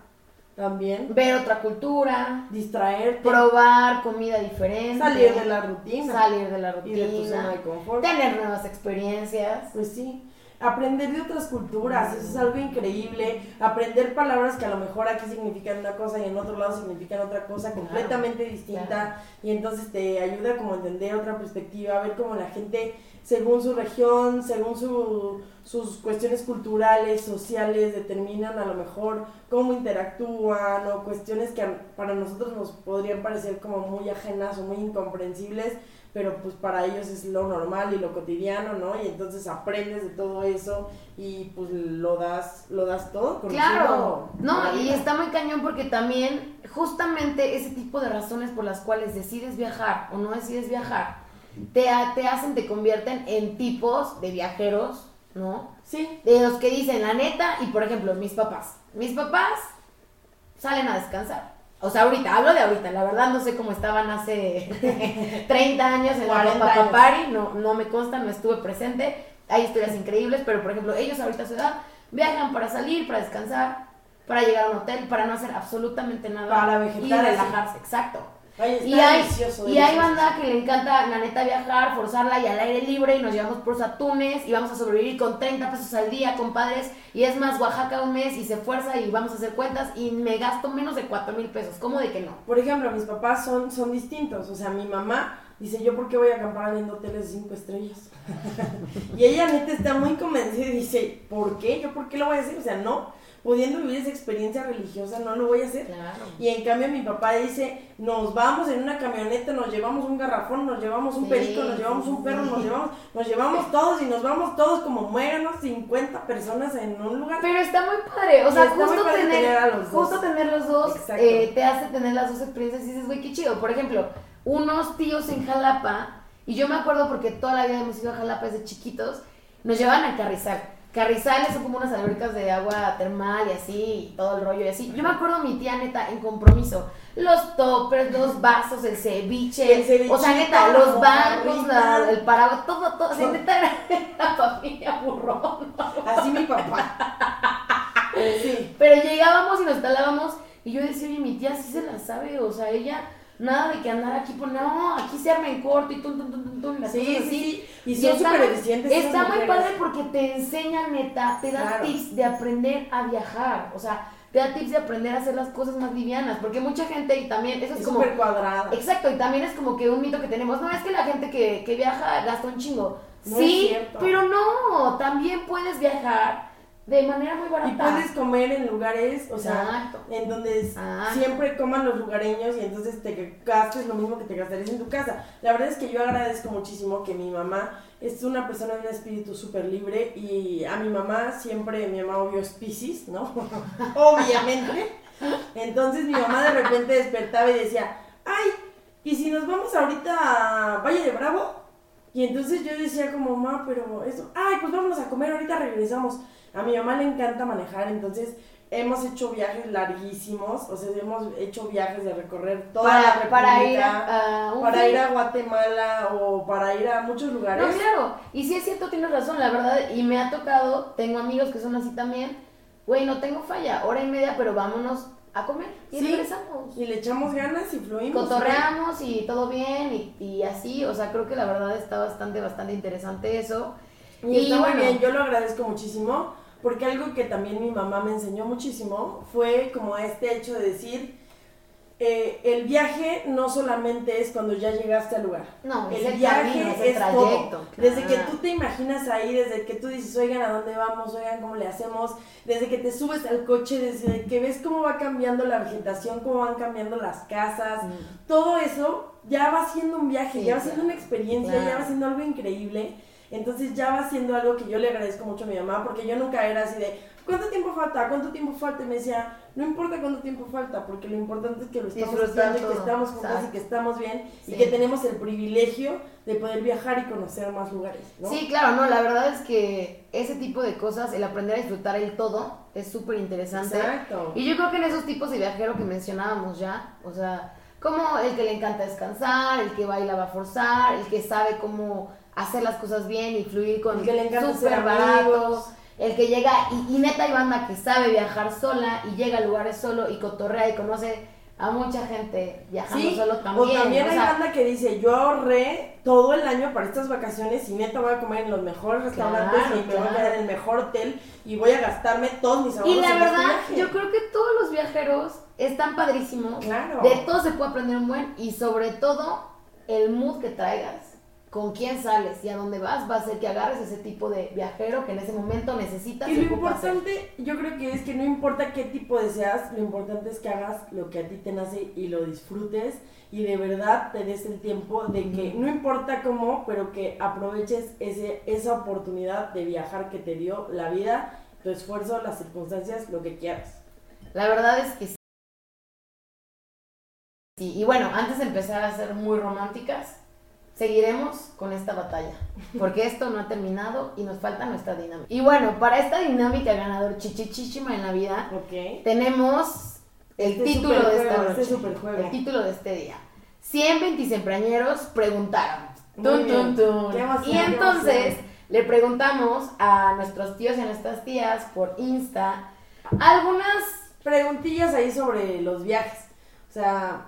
S1: también.
S2: Ver otra cultura,
S1: Distraerte.
S2: probar comida diferente.
S1: salir de la rutina.
S2: salir de la rutina.
S1: Y de tu zona de confort.
S2: Tener nuevas experiencias.
S1: Pues sí. Aprender de otras culturas, eso es algo increíble. Aprender palabras que a lo mejor aquí significan una cosa y en otro lado significan otra cosa
S2: Claro,
S1: completamente distinta.
S2: claro.
S1: Y entonces te ayuda como a entender otra perspectiva, a ver cómo la gente, según su región, según su- sus cuestiones culturales, sociales, determinan a lo mejor cómo interactúan o cuestiones que a- para nosotros nos podrían parecer como muy ajenas o muy incomprensibles pero pues para ellos es lo normal y lo cotidiano, ¿no? Y entonces aprendes de todo eso y pues lo das, lo das todo.
S2: Claro,
S1: conociendo la
S2: no, y
S1: vida.
S2: está muy cañón porque también justamente ese tipo de razones por las cuales decides viajar o no decides viajar, te, ha- te hacen, te convierten en tipos de viajeros, ¿no?
S1: Sí,
S2: De los que dicen la neta y por ejemplo mis papás, mis papás salen a descansar. O sea, ahorita, hablo de ahorita, la verdad no sé cómo estaban hace *laughs* 30 años en la
S1: 40
S2: Copa
S1: años.
S2: Papari, no, no me consta, no estuve presente, hay historias increíbles, pero por ejemplo, ellos ahorita a su edad viajan para salir, para descansar, para llegar a un hotel, para no hacer absolutamente nada.
S1: Para
S2: y
S1: vegetar,
S2: relajarse, exacto.
S1: Ay, está
S2: Y hay,
S1: delicioso,
S2: y hay
S1: delicioso.
S2: banda que le encanta, la neta, viajar, forzarla y al aire libre y nos llevamos por a Túnez y vamos a sobrevivir con 30 pesos al día, compadres. Y es más, Oaxaca un mes y se fuerza y vamos a hacer cuentas y me gasto menos de 4 mil pesos. ¿Cómo de que no?
S1: Por ejemplo, mis papás son, son distintos. O sea, mi mamá dice, ¿yo por qué voy a acampar en hoteles de cinco estrellas? *laughs* y ella neta está muy convencida y dice, ¿por qué? ¿Yo por qué lo voy a hacer? O sea, no, pudiendo vivir esa experiencia religiosa, no lo voy a hacer.
S2: Claro.
S1: Y en cambio mi papá dice, nos vamos en una camioneta, nos llevamos un garrafón, nos llevamos un
S2: Sí,
S1: perico, nos
S2: sí,
S1: llevamos un perro,
S2: sí.
S1: nos llevamos, nos
S2: *laughs*
S1: llevamos todos y nos vamos todos como muéganos 50 personas en un lugar.
S2: Pero está muy padre, o
S1: Y
S2: sea,
S1: está muy
S2: justo
S1: padre
S2: tener,
S1: tener a los
S2: justo
S1: dos.
S2: tener los dos
S1: Exacto.
S2: eh, te hace tener las dos experiencias y dices, güey, qué chido. Por ejemplo, unos tíos en Jalapa, y yo me acuerdo porque toda la vida hemos ido a Jalapa desde chiquitos, nos llevaban a Carrizal. Carrizal son como unas albercas de agua termal y así, y todo el rollo y así. Yo me acuerdo mi tía neta en compromiso, los toppers, los vasos, el ceviche,
S1: El cevichito,
S2: o sea, neta,
S1: la
S2: los bancos,
S1: mojarrita.
S2: la- el paraguas, todo, todo, o sea,
S1: Todo.
S2: neta era *laughs* la familia burrón.
S1: Así mi papá.
S2: *laughs*
S1: sí.
S2: Pero llegábamos y nos talábamos y yo decía, oye, mi tía sí se la sabe, o sea, ella nada de que andar aquí, pues no, aquí se arma en corto y tum, tum, tum, tum, tum, y las
S1: Sí,
S2: cosas
S1: sí,
S2: así.
S1: sí. Y
S2: Y
S1: son
S2: está
S1: súper
S2: muy-
S1: eficientes. esas
S2: Está muy
S1: mujeres.
S2: padre porque te enseña, neta, te da
S1: Claro.
S2: tips de aprender a viajar, o sea, te da tips de aprender a hacer las cosas más livianas, porque mucha gente, y también, eso es
S1: Es
S2: como
S1: súper cuadrada.
S2: Exacto, y también es como que un mito que tenemos, no es que la gente que, que viaja gasta un chingo.
S1: No es
S2: sí,
S1: cierto.
S2: pero no, también puedes viajar de manera muy barata.
S1: Y puedes comer en lugares, o sea,
S2: Exacto.
S1: en donde s-
S2: Ah.
S1: siempre coman los lugareños y entonces te gastes lo mismo que te gastarías en tu casa. La verdad es que yo agradezco muchísimo que mi mamá es una persona de un espíritu súper libre y a mi mamá siempre, mi mamá obvio es Piscis, ¿no? *laughs* Obviamente.
S2: *laughs*
S1: Entonces mi mamá de repente despertaba y decía, ay, ¿y si nos vamos ahorita a Valle de Bravo? Y entonces yo decía como, mamá, pero eso, ay, pues vámonos a comer, ahorita regresamos. A mi mamá le encanta manejar, entonces hemos hecho viajes larguísimos, o sea, hemos hecho viajes de recorrer toda la
S2: para,
S1: República,
S2: para ir a, a un
S1: para
S2: fin.
S1: ir a Guatemala o para ir a muchos lugares.
S2: No, claro. Y sí es cierto, tienes razón, la verdad. Y me ha tocado, tengo amigos que son así también. Güey, no tengo falla, hora y media, pero vámonos a comer. Y
S1: Sí.
S2: regresamos.
S1: Y le echamos ganas y fluimos.
S2: Cotorreamos y todo bien y, y así. O sea, creo que la verdad está bastante, bastante interesante eso.
S1: Y,
S2: Y
S1: está muy
S2: bueno.
S1: bien, yo lo agradezco muchísimo, porque algo que también mi mamá me enseñó muchísimo fue como este hecho de decir, eh, el viaje no solamente es cuando ya llegaste al lugar.
S2: No, es
S1: El
S2: el
S1: viaje
S2: camino, es el
S1: es todo.
S2: trayecto.
S1: Desde que
S2: claro.
S1: tú te imaginas ahí, desde que tú dices, oigan, ¿a dónde vamos? Oigan, ¿cómo le hacemos? Desde que te subes al coche, desde que ves cómo va cambiando la vegetación, cómo van cambiando las casas,
S2: Mm.
S1: todo eso ya va siendo un viaje,
S2: Sí,
S1: ya va
S2: claro.
S1: siendo una experiencia,
S2: Claro.
S1: ya va siendo algo increíble. Entonces ya va siendo algo que yo le agradezco mucho a mi mamá, porque yo nunca era así de, ¿cuánto tiempo falta? ¿Cuánto tiempo falta? Y me decía, no importa cuánto tiempo falta, porque lo importante es que lo estamos
S2: Disfrutar
S1: haciendo y que
S2: todo,
S1: estamos juntas
S2: exacto.
S1: y que estamos bien
S2: Sí.
S1: y que tenemos el privilegio de poder viajar y conocer más lugares. ¿no?
S2: Sí, claro, no, la verdad es que ese tipo de cosas, el aprender a disfrutar el todo, es súper interesante.
S1: Exacto.
S2: Y yo creo que en esos tipos de viajero que mencionábamos ya, o sea, como el que le encanta descansar, el que baila va a forzar, el que sabe cómo hacer las cosas bien y fluir con
S1: El que le encanta
S2: súper
S1: ser
S2: baratos,
S1: amigos.
S2: el que llega, y, y neta hay banda que sabe viajar sola y llega a lugares solo y cotorrea y conoce a mucha gente viajando
S1: Sí,
S2: solo también.
S1: o también
S2: o
S1: hay
S2: sea,
S1: banda que dice, yo ahorré todo el año para estas vacaciones y neta voy a comer en los mejores restaurantes
S2: Claro,
S1: y me voy a
S2: claro.
S1: quedar en el mejor hotel y voy a gastarme todos mis ahorros
S2: Y la
S1: en este
S2: verdad,
S1: viaje".
S2: yo creo que todos los viajeros están padrísimos.
S1: Claro.
S2: De todo se puede aprender un buen y sobre todo el mood que traigas, con quién sales y a dónde vas, va a ser que agarres ese tipo de viajero que en ese momento necesitas.
S1: Y lo
S2: ocupas.
S1: importante, yo creo que es que no importa qué tipo de seas, lo importante es que hagas lo que a ti te nace y lo disfrutes y de verdad te des el tiempo de que no importa cómo, pero que aproveches ese, esa oportunidad de viajar que te dio la vida, tu esfuerzo, las circunstancias, lo que quieras.
S2: La verdad es que sí. Sí, Y bueno, antes de empezar a ser muy románticas, seguiremos con esta batalla, porque esto no ha terminado y nos falta nuestra dinámica. Y bueno, para esta dinámica ganador chichichichima en la vida,
S1: ¿Ok?
S2: tenemos el
S1: Este
S2: título de esta
S1: superjuego,
S2: noche.
S1: este superjuego.
S2: el título de este día. 100 veintisempreañeros preguntaron.
S1: Muy
S2: Tun, tun,
S1: bien.
S2: tun.
S1: Qué emoción,
S2: Y
S1: qué
S2: entonces
S1: emoción.
S2: le preguntamos a nuestros tíos y a nuestras tías por Insta algunas.
S1: Preguntillas ahí sobre los viajes. O sea,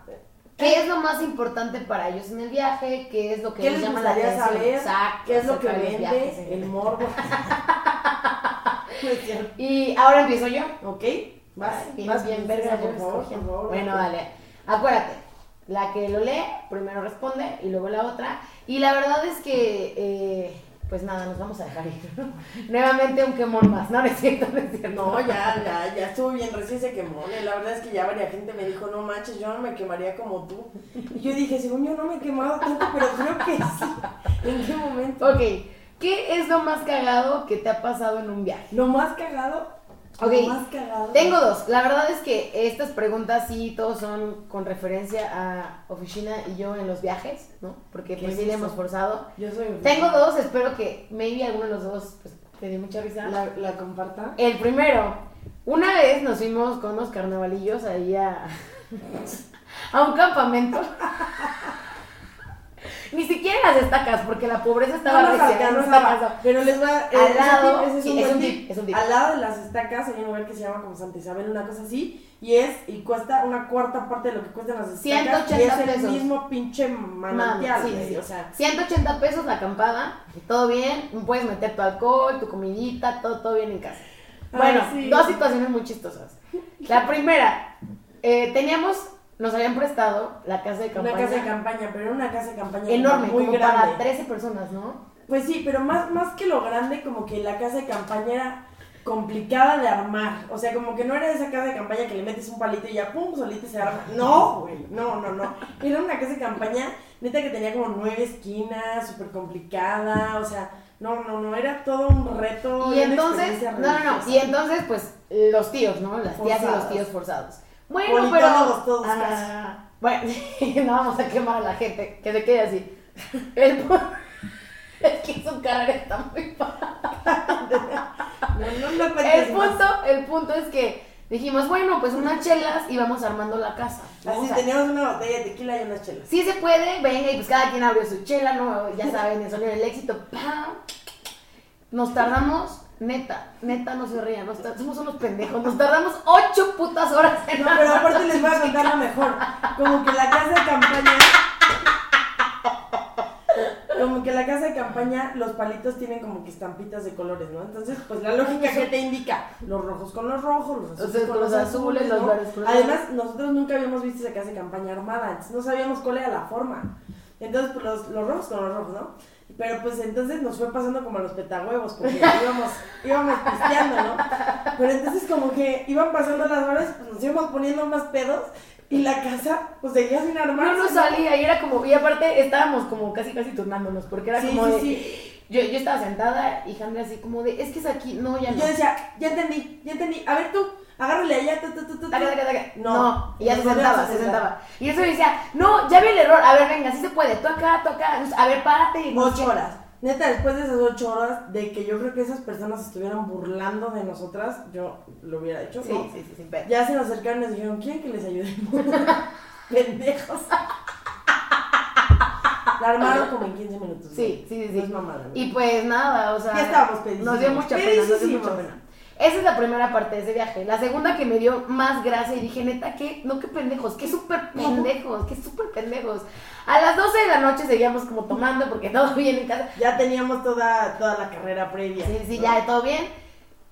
S2: ¿Qué es lo más importante para ellos en el viaje? ¿Qué es lo que
S1: ¿qué les
S2: llama la
S1: gustaría
S2: atención?
S1: saber?
S2: Exacto,
S1: ¿Qué es lo que
S2: acerca de los viajes
S1: vende?
S2: en
S1: El
S2: general. *laughs*
S1: morbo. No es cierto.
S2: Y ahora empiezo yo.
S1: ¿Ok? Vas,
S2: Ay, bien,
S1: vas César,
S2: bien, verga, yo
S1: por
S2: me
S1: favor,
S2: escogí.
S1: por favor.
S2: Bueno, dale. Acuérdate, la que lo lee, primero responde y luego la otra. Y la verdad es que, eh, pues nada, nos vamos a dejar ir. *laughs* Nuevamente un quemón más, no, no es cierto, no es cierto.
S1: No, ya, ya, ya estuvo bien, recién se quemó. Y La verdad es que ya varias gente me dijo, no manches, yo no me quemaría como tú. Y yo dije, según yo no me he quemado tanto, pero creo que sí. ¿En qué momento?
S2: Ok, ¿qué es lo más cagado que te ha pasado en un viaje?
S1: Lo más cagado.
S2: Ok,
S1: Lo más cagado.
S2: Tengo dos. La verdad es que estas preguntas sí, todos son con referencia a Oficina y yo en los viajes, ¿no? Porque
S1: ¿Qué
S2: pues
S1: es
S2: sí le
S1: eso?
S2: hemos forzado.
S1: Yo soy.
S2: Tengo dos, espero que maybe alguno de los dos pues, te dé mucha risa.
S1: La, la comparta.
S2: El primero, una vez nos fuimos con unos carnavalillos ahí a, *laughs* a un campamento.
S1: *laughs*
S2: Ni siquiera las estacas, porque la pobreza estaba
S1: no nos
S2: recia, no
S1: alcanzaba,
S2: estacas.
S1: pero les va eh,
S2: Al lado-
S1: ese
S2: sí, es
S1: buen
S2: un tip, es un tip.
S1: Al lado de las estacas hay un lugar que se llama como Santa Isabel, una cosa así, y es, y cuesta una cuarta parte de lo que cuestan las estacas,
S2: 180
S1: y es el
S2: pesos.
S1: mismo pinche manantial,
S2: Mami, sí,
S1: güey,
S2: sí.
S1: o sea,
S2: 180 pesos la acampada, todo bien, puedes meter tu alcohol, tu comidita, todo, todo bien en casa.
S1: Ay,
S2: Bueno,
S1: sí.
S2: dos situaciones muy chistosas. La primera, eh, teníamos, nos habían prestado la casa de campaña.
S1: una casa de campaña, pero era una casa de campaña
S2: Enorme,
S1: muy
S2: como
S1: grande.
S2: para 13 personas, ¿no?
S1: Pues sí, pero más, más que lo grande, como que la casa de campaña era complicada de armar. O sea, como que no era esa casa de campaña que le metes un palito y ya pum, solita se arma. No, güey, no, no, no. Era una casa de campaña, neta que tenía como nueve esquinas, súper complicada, o sea, no, no, no, era todo un reto.
S2: Y
S1: una
S2: entonces,
S1: experiencia
S2: no, no, no,
S1: religiosa.
S2: y entonces, pues, los tíos, ¿no? Las tías y los
S1: Forzados.
S2: tíos forzados. Bueno, pero...
S1: Politólogos todos
S2: Ah,
S1: casi.
S2: Bueno, *laughs* no vamos a quemar a la gente, que se quede así. El pu- *laughs* es que su cara está muy padre.
S1: No, no, no cuentes
S2: El
S1: más.
S2: punto, el punto es que dijimos, bueno, pues unas chelas y vamos armando la casa. ¿no? O
S1: Así
S2: sea,
S1: teníamos una botella de tequila y unas chelas.
S2: Sí se puede, venga, y pues cada quien abrió su chela, ¿no? Ya saben, el sonido del éxito, ¡pam! Nos tardamos, neta, neta, no se rían, nos tar- somos unos pendejos, nos tardamos ocho putas horas en
S1: No, pero aparte les voy a contar lo mejor. Como que la casa de campaña. Como que la casa de campaña, los palitos tienen como que estampitas de colores, ¿no? Entonces, pues la lógica que te indica, los rojos con los rojos, los azules
S2: sea,
S1: con los azules,
S2: los
S1: ¿no?
S2: verdes con los
S1: Además, nosotros nunca habíamos visto esa casa de campaña armada, entonces no sabíamos cuál era la forma. Entonces, pues los, los rojos con los rojos, ¿no? Pero pues entonces nos fue pasando como a los petahuevos, porque *laughs* íbamos, íbamos pisteando, ¿no? Pero entonces como que iban pasando las horas, pues nos íbamos poniendo más pedos y la casa pues seguía sin armarse.
S2: No nos salía y era como, y aparte estábamos como casi casi turnándonos, porque era
S1: Sí,
S2: como de,
S1: sí, sí.
S2: Yo, yo estaba sentada y Jandra así como de, es que es aquí, no, ya
S1: Y
S2: no.
S1: yo decía, ya entendí, ya entendí. A ver tú, agárrale allá, tú, tú, tú, tú.
S2: Taca, taca, taca.
S1: No.
S2: No. y ya se
S1: Nos volvemos
S2: sentaba,
S1: a
S2: se
S1: sentar.
S2: sentaba. Y eso decía, no, ya vi el error, a ver, venga, sí se puede, tú acá, tú acá, a ver, párate. y no sé
S1: Ocho
S2: qué.
S1: horas. Neta, después de esas ocho horas de que yo creo que esas personas estuvieran burlando de nosotras, yo lo hubiera hecho,
S2: Sí,
S1: ¿no?
S2: sí, sí, sin pedo.
S1: Ya se nos acercaron y nos dijeron, ¿quieren que les ayudemos?
S2: *laughs*
S1: Pendejos. La armaron como en 15 minutos. ¿no?
S2: Sí, sí, sí,
S1: No es
S2: sí.
S1: mamada. ¿no?
S2: Y pues nada, o sea.
S1: Ya estábamos pedísimos.
S2: Nos dio mucha pena, nos dio
S1: Pedísimos.
S2: mucha pena. Esa es la primera parte de ese viaje. La segunda que me dio más gracia y dije, neta, qué, no, qué pendejos, qué súper pendejos, qué súper pendejos. A las 12 de la noche seguíamos como tomando porque *laughs* todo bien en casa.
S1: Ya teníamos toda, toda la carrera previa.
S2: Sí, sí,
S1: ¿no?
S2: ya, todo bien.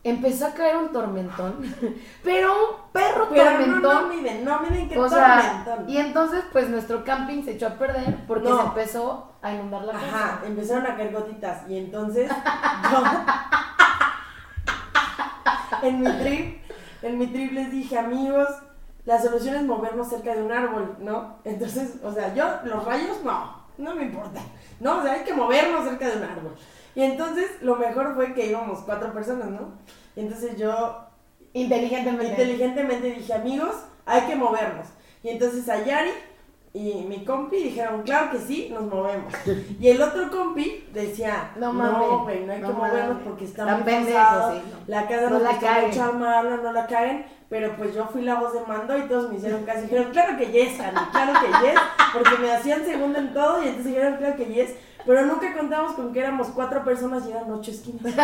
S2: Empezó a caer un tormentón, *laughs* pero un perro
S1: Pero
S2: tormentón.
S1: no, no miden, no miden que
S2: o sea,
S1: tormentón.
S2: y entonces pues nuestro camping se echó a perder porque
S1: No.
S2: se empezó a inundar la casa.
S1: Ajá, empezaron a caer gotitas y entonces yo en mi trip, en mi trip les dije, amigos, la solución es movernos cerca de un árbol, ¿no? Entonces, o sea, yo los rayos no, no me importa. No, o sea, hay que movernos cerca de un árbol. Y entonces lo mejor fue que íbamos cuatro personas, ¿no? Y entonces yo
S2: Inteligentemente.
S1: inteligentemente dije, amigos, hay que movernos. Y entonces a Yari y mi compi dijeron, claro que sí, nos movemos. Y el otro compi decía, no,
S2: No mames,
S1: güey, no hay
S2: no
S1: que movernos
S2: mames.
S1: porque está
S2: Están
S1: muy
S2: pendejos,
S1: pesado.
S2: sí, no.
S1: La casa
S2: No
S1: nos
S2: la
S1: costó
S2: caguen.
S1: mucha mano, no la caen. Pero pues yo fui la voz de mando y todos me hicieron caso. Dijeron, claro que yes, Ani, claro que yes. Porque me hacían segunda en todo y entonces dijeron, claro que yes. Pero nunca contamos con que éramos cuatro personas y eran ocho
S2: *laughs*
S1: esquinas.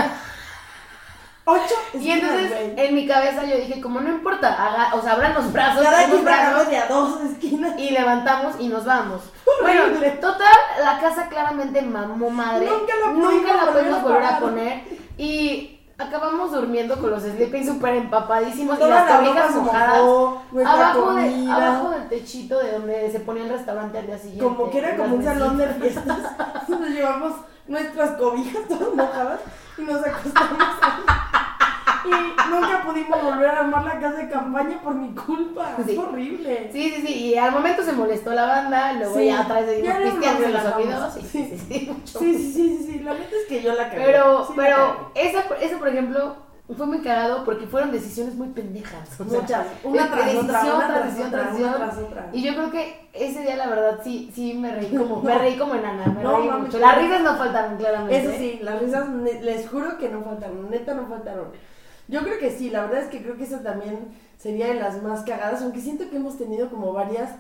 S1: Ocho esquinas,
S2: Y entonces
S1: güey.
S2: en mi cabeza yo dije, como no importa, haga- o sea, abran los brazos,
S1: Cada
S2: abran los
S1: quien
S2: brazos
S1: trabajamos de a dos esquinas.
S2: y levantamos y nos vamos. Bueno,
S1: Horrible.
S2: total, la casa claramente mamó madre.
S1: Nunca la
S2: Nunca la
S1: pudimos
S2: pudimos
S1: volver a
S2: volver a
S1: pagar.
S2: poner. Y acabamos durmiendo con los sleeping súper empapadísimos y
S1: Toda
S2: las
S1: la ropa
S2: cobijas
S1: se
S2: mojadas.
S1: mojó, nuestra
S2: Abajo, de,
S1: comida.
S2: abajo del techito de donde se ponía el restaurante al día siguiente.
S1: como que era
S2: Las
S1: como un salón de
S2: mesitas.
S1: fiestas. *laughs* Nos llevamos nuestras cobijas todas mojadas y nos acostamos ahí. Y nunca pudimos volver a armar la casa de campaña por mi culpa.
S2: Sí.
S1: Es horrible.
S2: Sí, sí, sí, y al momento se molestó la banda, luego
S1: Sí.
S2: ya atrás de
S1: Ya luego
S2: pisteando
S1: nos
S2: en los
S1: relajamos.
S2: oídos. Sí, sí, sí, *laughs* sí, mucho
S1: Sí, sí, sí, sí, sí. La neta es que yo la cagué.
S2: Pero,
S1: Sí la
S2: pero esa, esa, por ejemplo, fue muy cagado porque fueron decisiones muy pendejas. o
S1: cagué.
S2: sea,
S1: Muchas. Una tras
S2: decisión,
S1: otra, una
S2: tras
S1: tras
S2: decisión,
S1: otra,
S2: tras
S1: una
S2: decisión.
S1: tras otra.
S2: Y yo creo que ese día, la verdad, sí, sí me reí como, me reí como enana, me
S1: No,
S2: reí
S1: mames,
S2: mucho.
S1: yo-
S2: Las risas no faltaron, claramente. ¿eh?
S1: Eso sí, las risas, ne- les juro que no faltaron, neta no faltaron. Yo creo que sí, la verdad es que creo que esa también sería de las más cagadas, aunque siento que hemos tenido como varias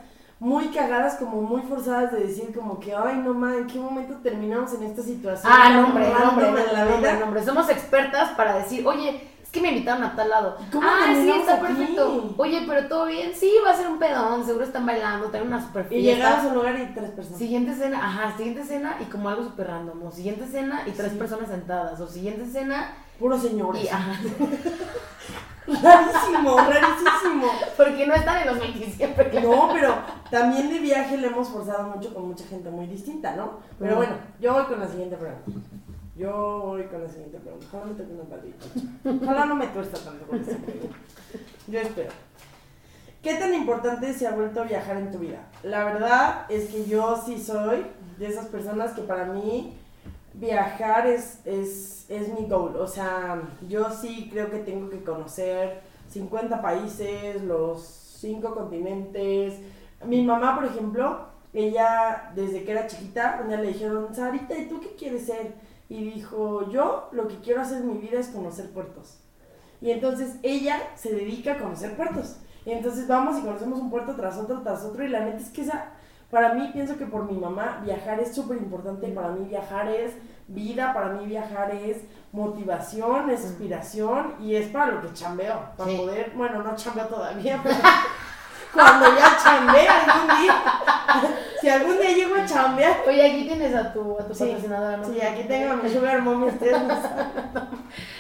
S1: muy cagadas, como muy forzadas de decir como que, ay, no man, ¿en qué momento terminamos en esta situación?
S2: Ah,
S1: tan
S2: no, hombre, no, hombre,
S1: random
S2: no,
S1: en la
S2: no,
S1: vida?
S2: hombre, no, hombre. Somos expertas para decir, oye, es que me invitaron a tal lado.
S1: ¿Cómo
S2: ah, sí,
S1: terminamos
S2: está
S1: aquí?
S2: perfecto. Oye, pero todo bien. Sí, va a ser un pedón, seguro están bailando, tienen una super
S1: Y
S2: fiesta.
S1: llegamos a un lugar y tres personas.
S2: Siguiente escena, ajá, siguiente escena y como algo súper random. O siguiente escena y tres
S1: Sí.
S2: personas sentadas. O siguiente escena
S1: Puros señores.
S2: y ajá.
S1: *laughs* Rarísimo, rarísimo.
S2: *laughs* Porque no están en los 27, claro.
S1: *laughs* No, pero también de viaje le hemos forzado mucho con mucha gente muy distinta, ¿no? Pero
S2: Ujú.
S1: bueno, yo voy con la siguiente pregunta. Yo voy con la siguiente pregunta. Ojalá me toque una palita. Ojalá no me tuerza tanto con esta pregunta. Yo espero. ¿Qué tan importante se ha vuelto viajar en tu vida? La verdad es que yo sí soy de esas personas que para mí viajar es, es, es mi goal. O sea, yo sí creo que tengo que conocer 50 países, los 5 continentes. Mi mamá, por ejemplo, ella desde que era chiquita, una le dijeron, Sarita, ¿y tú qué quieres ser? Y dijo, yo lo que quiero hacer en mi vida es conocer puertos. Y entonces ella se dedica a conocer puertos. Y entonces vamos y conocemos un puerto tras otro, tras otro. Y la neta es que esa, para mí, pienso que por mi mamá, viajar es súper importante. Para mí viajar es vida, para mí viajar es motivación, es inspiración y es para lo que chambeo. Para
S2: Sí.
S1: poder, bueno, no chambeo todavía, pero *laughs* cuando ya chambee algún día, *laughs* si algún día llego a chambear,
S2: Oye, aquí tienes a tu, a tu
S1: Sí.
S2: patrocinadora, ¿no?
S1: Sí, aquí tengo a mi sugar mommy, ustedes no saben.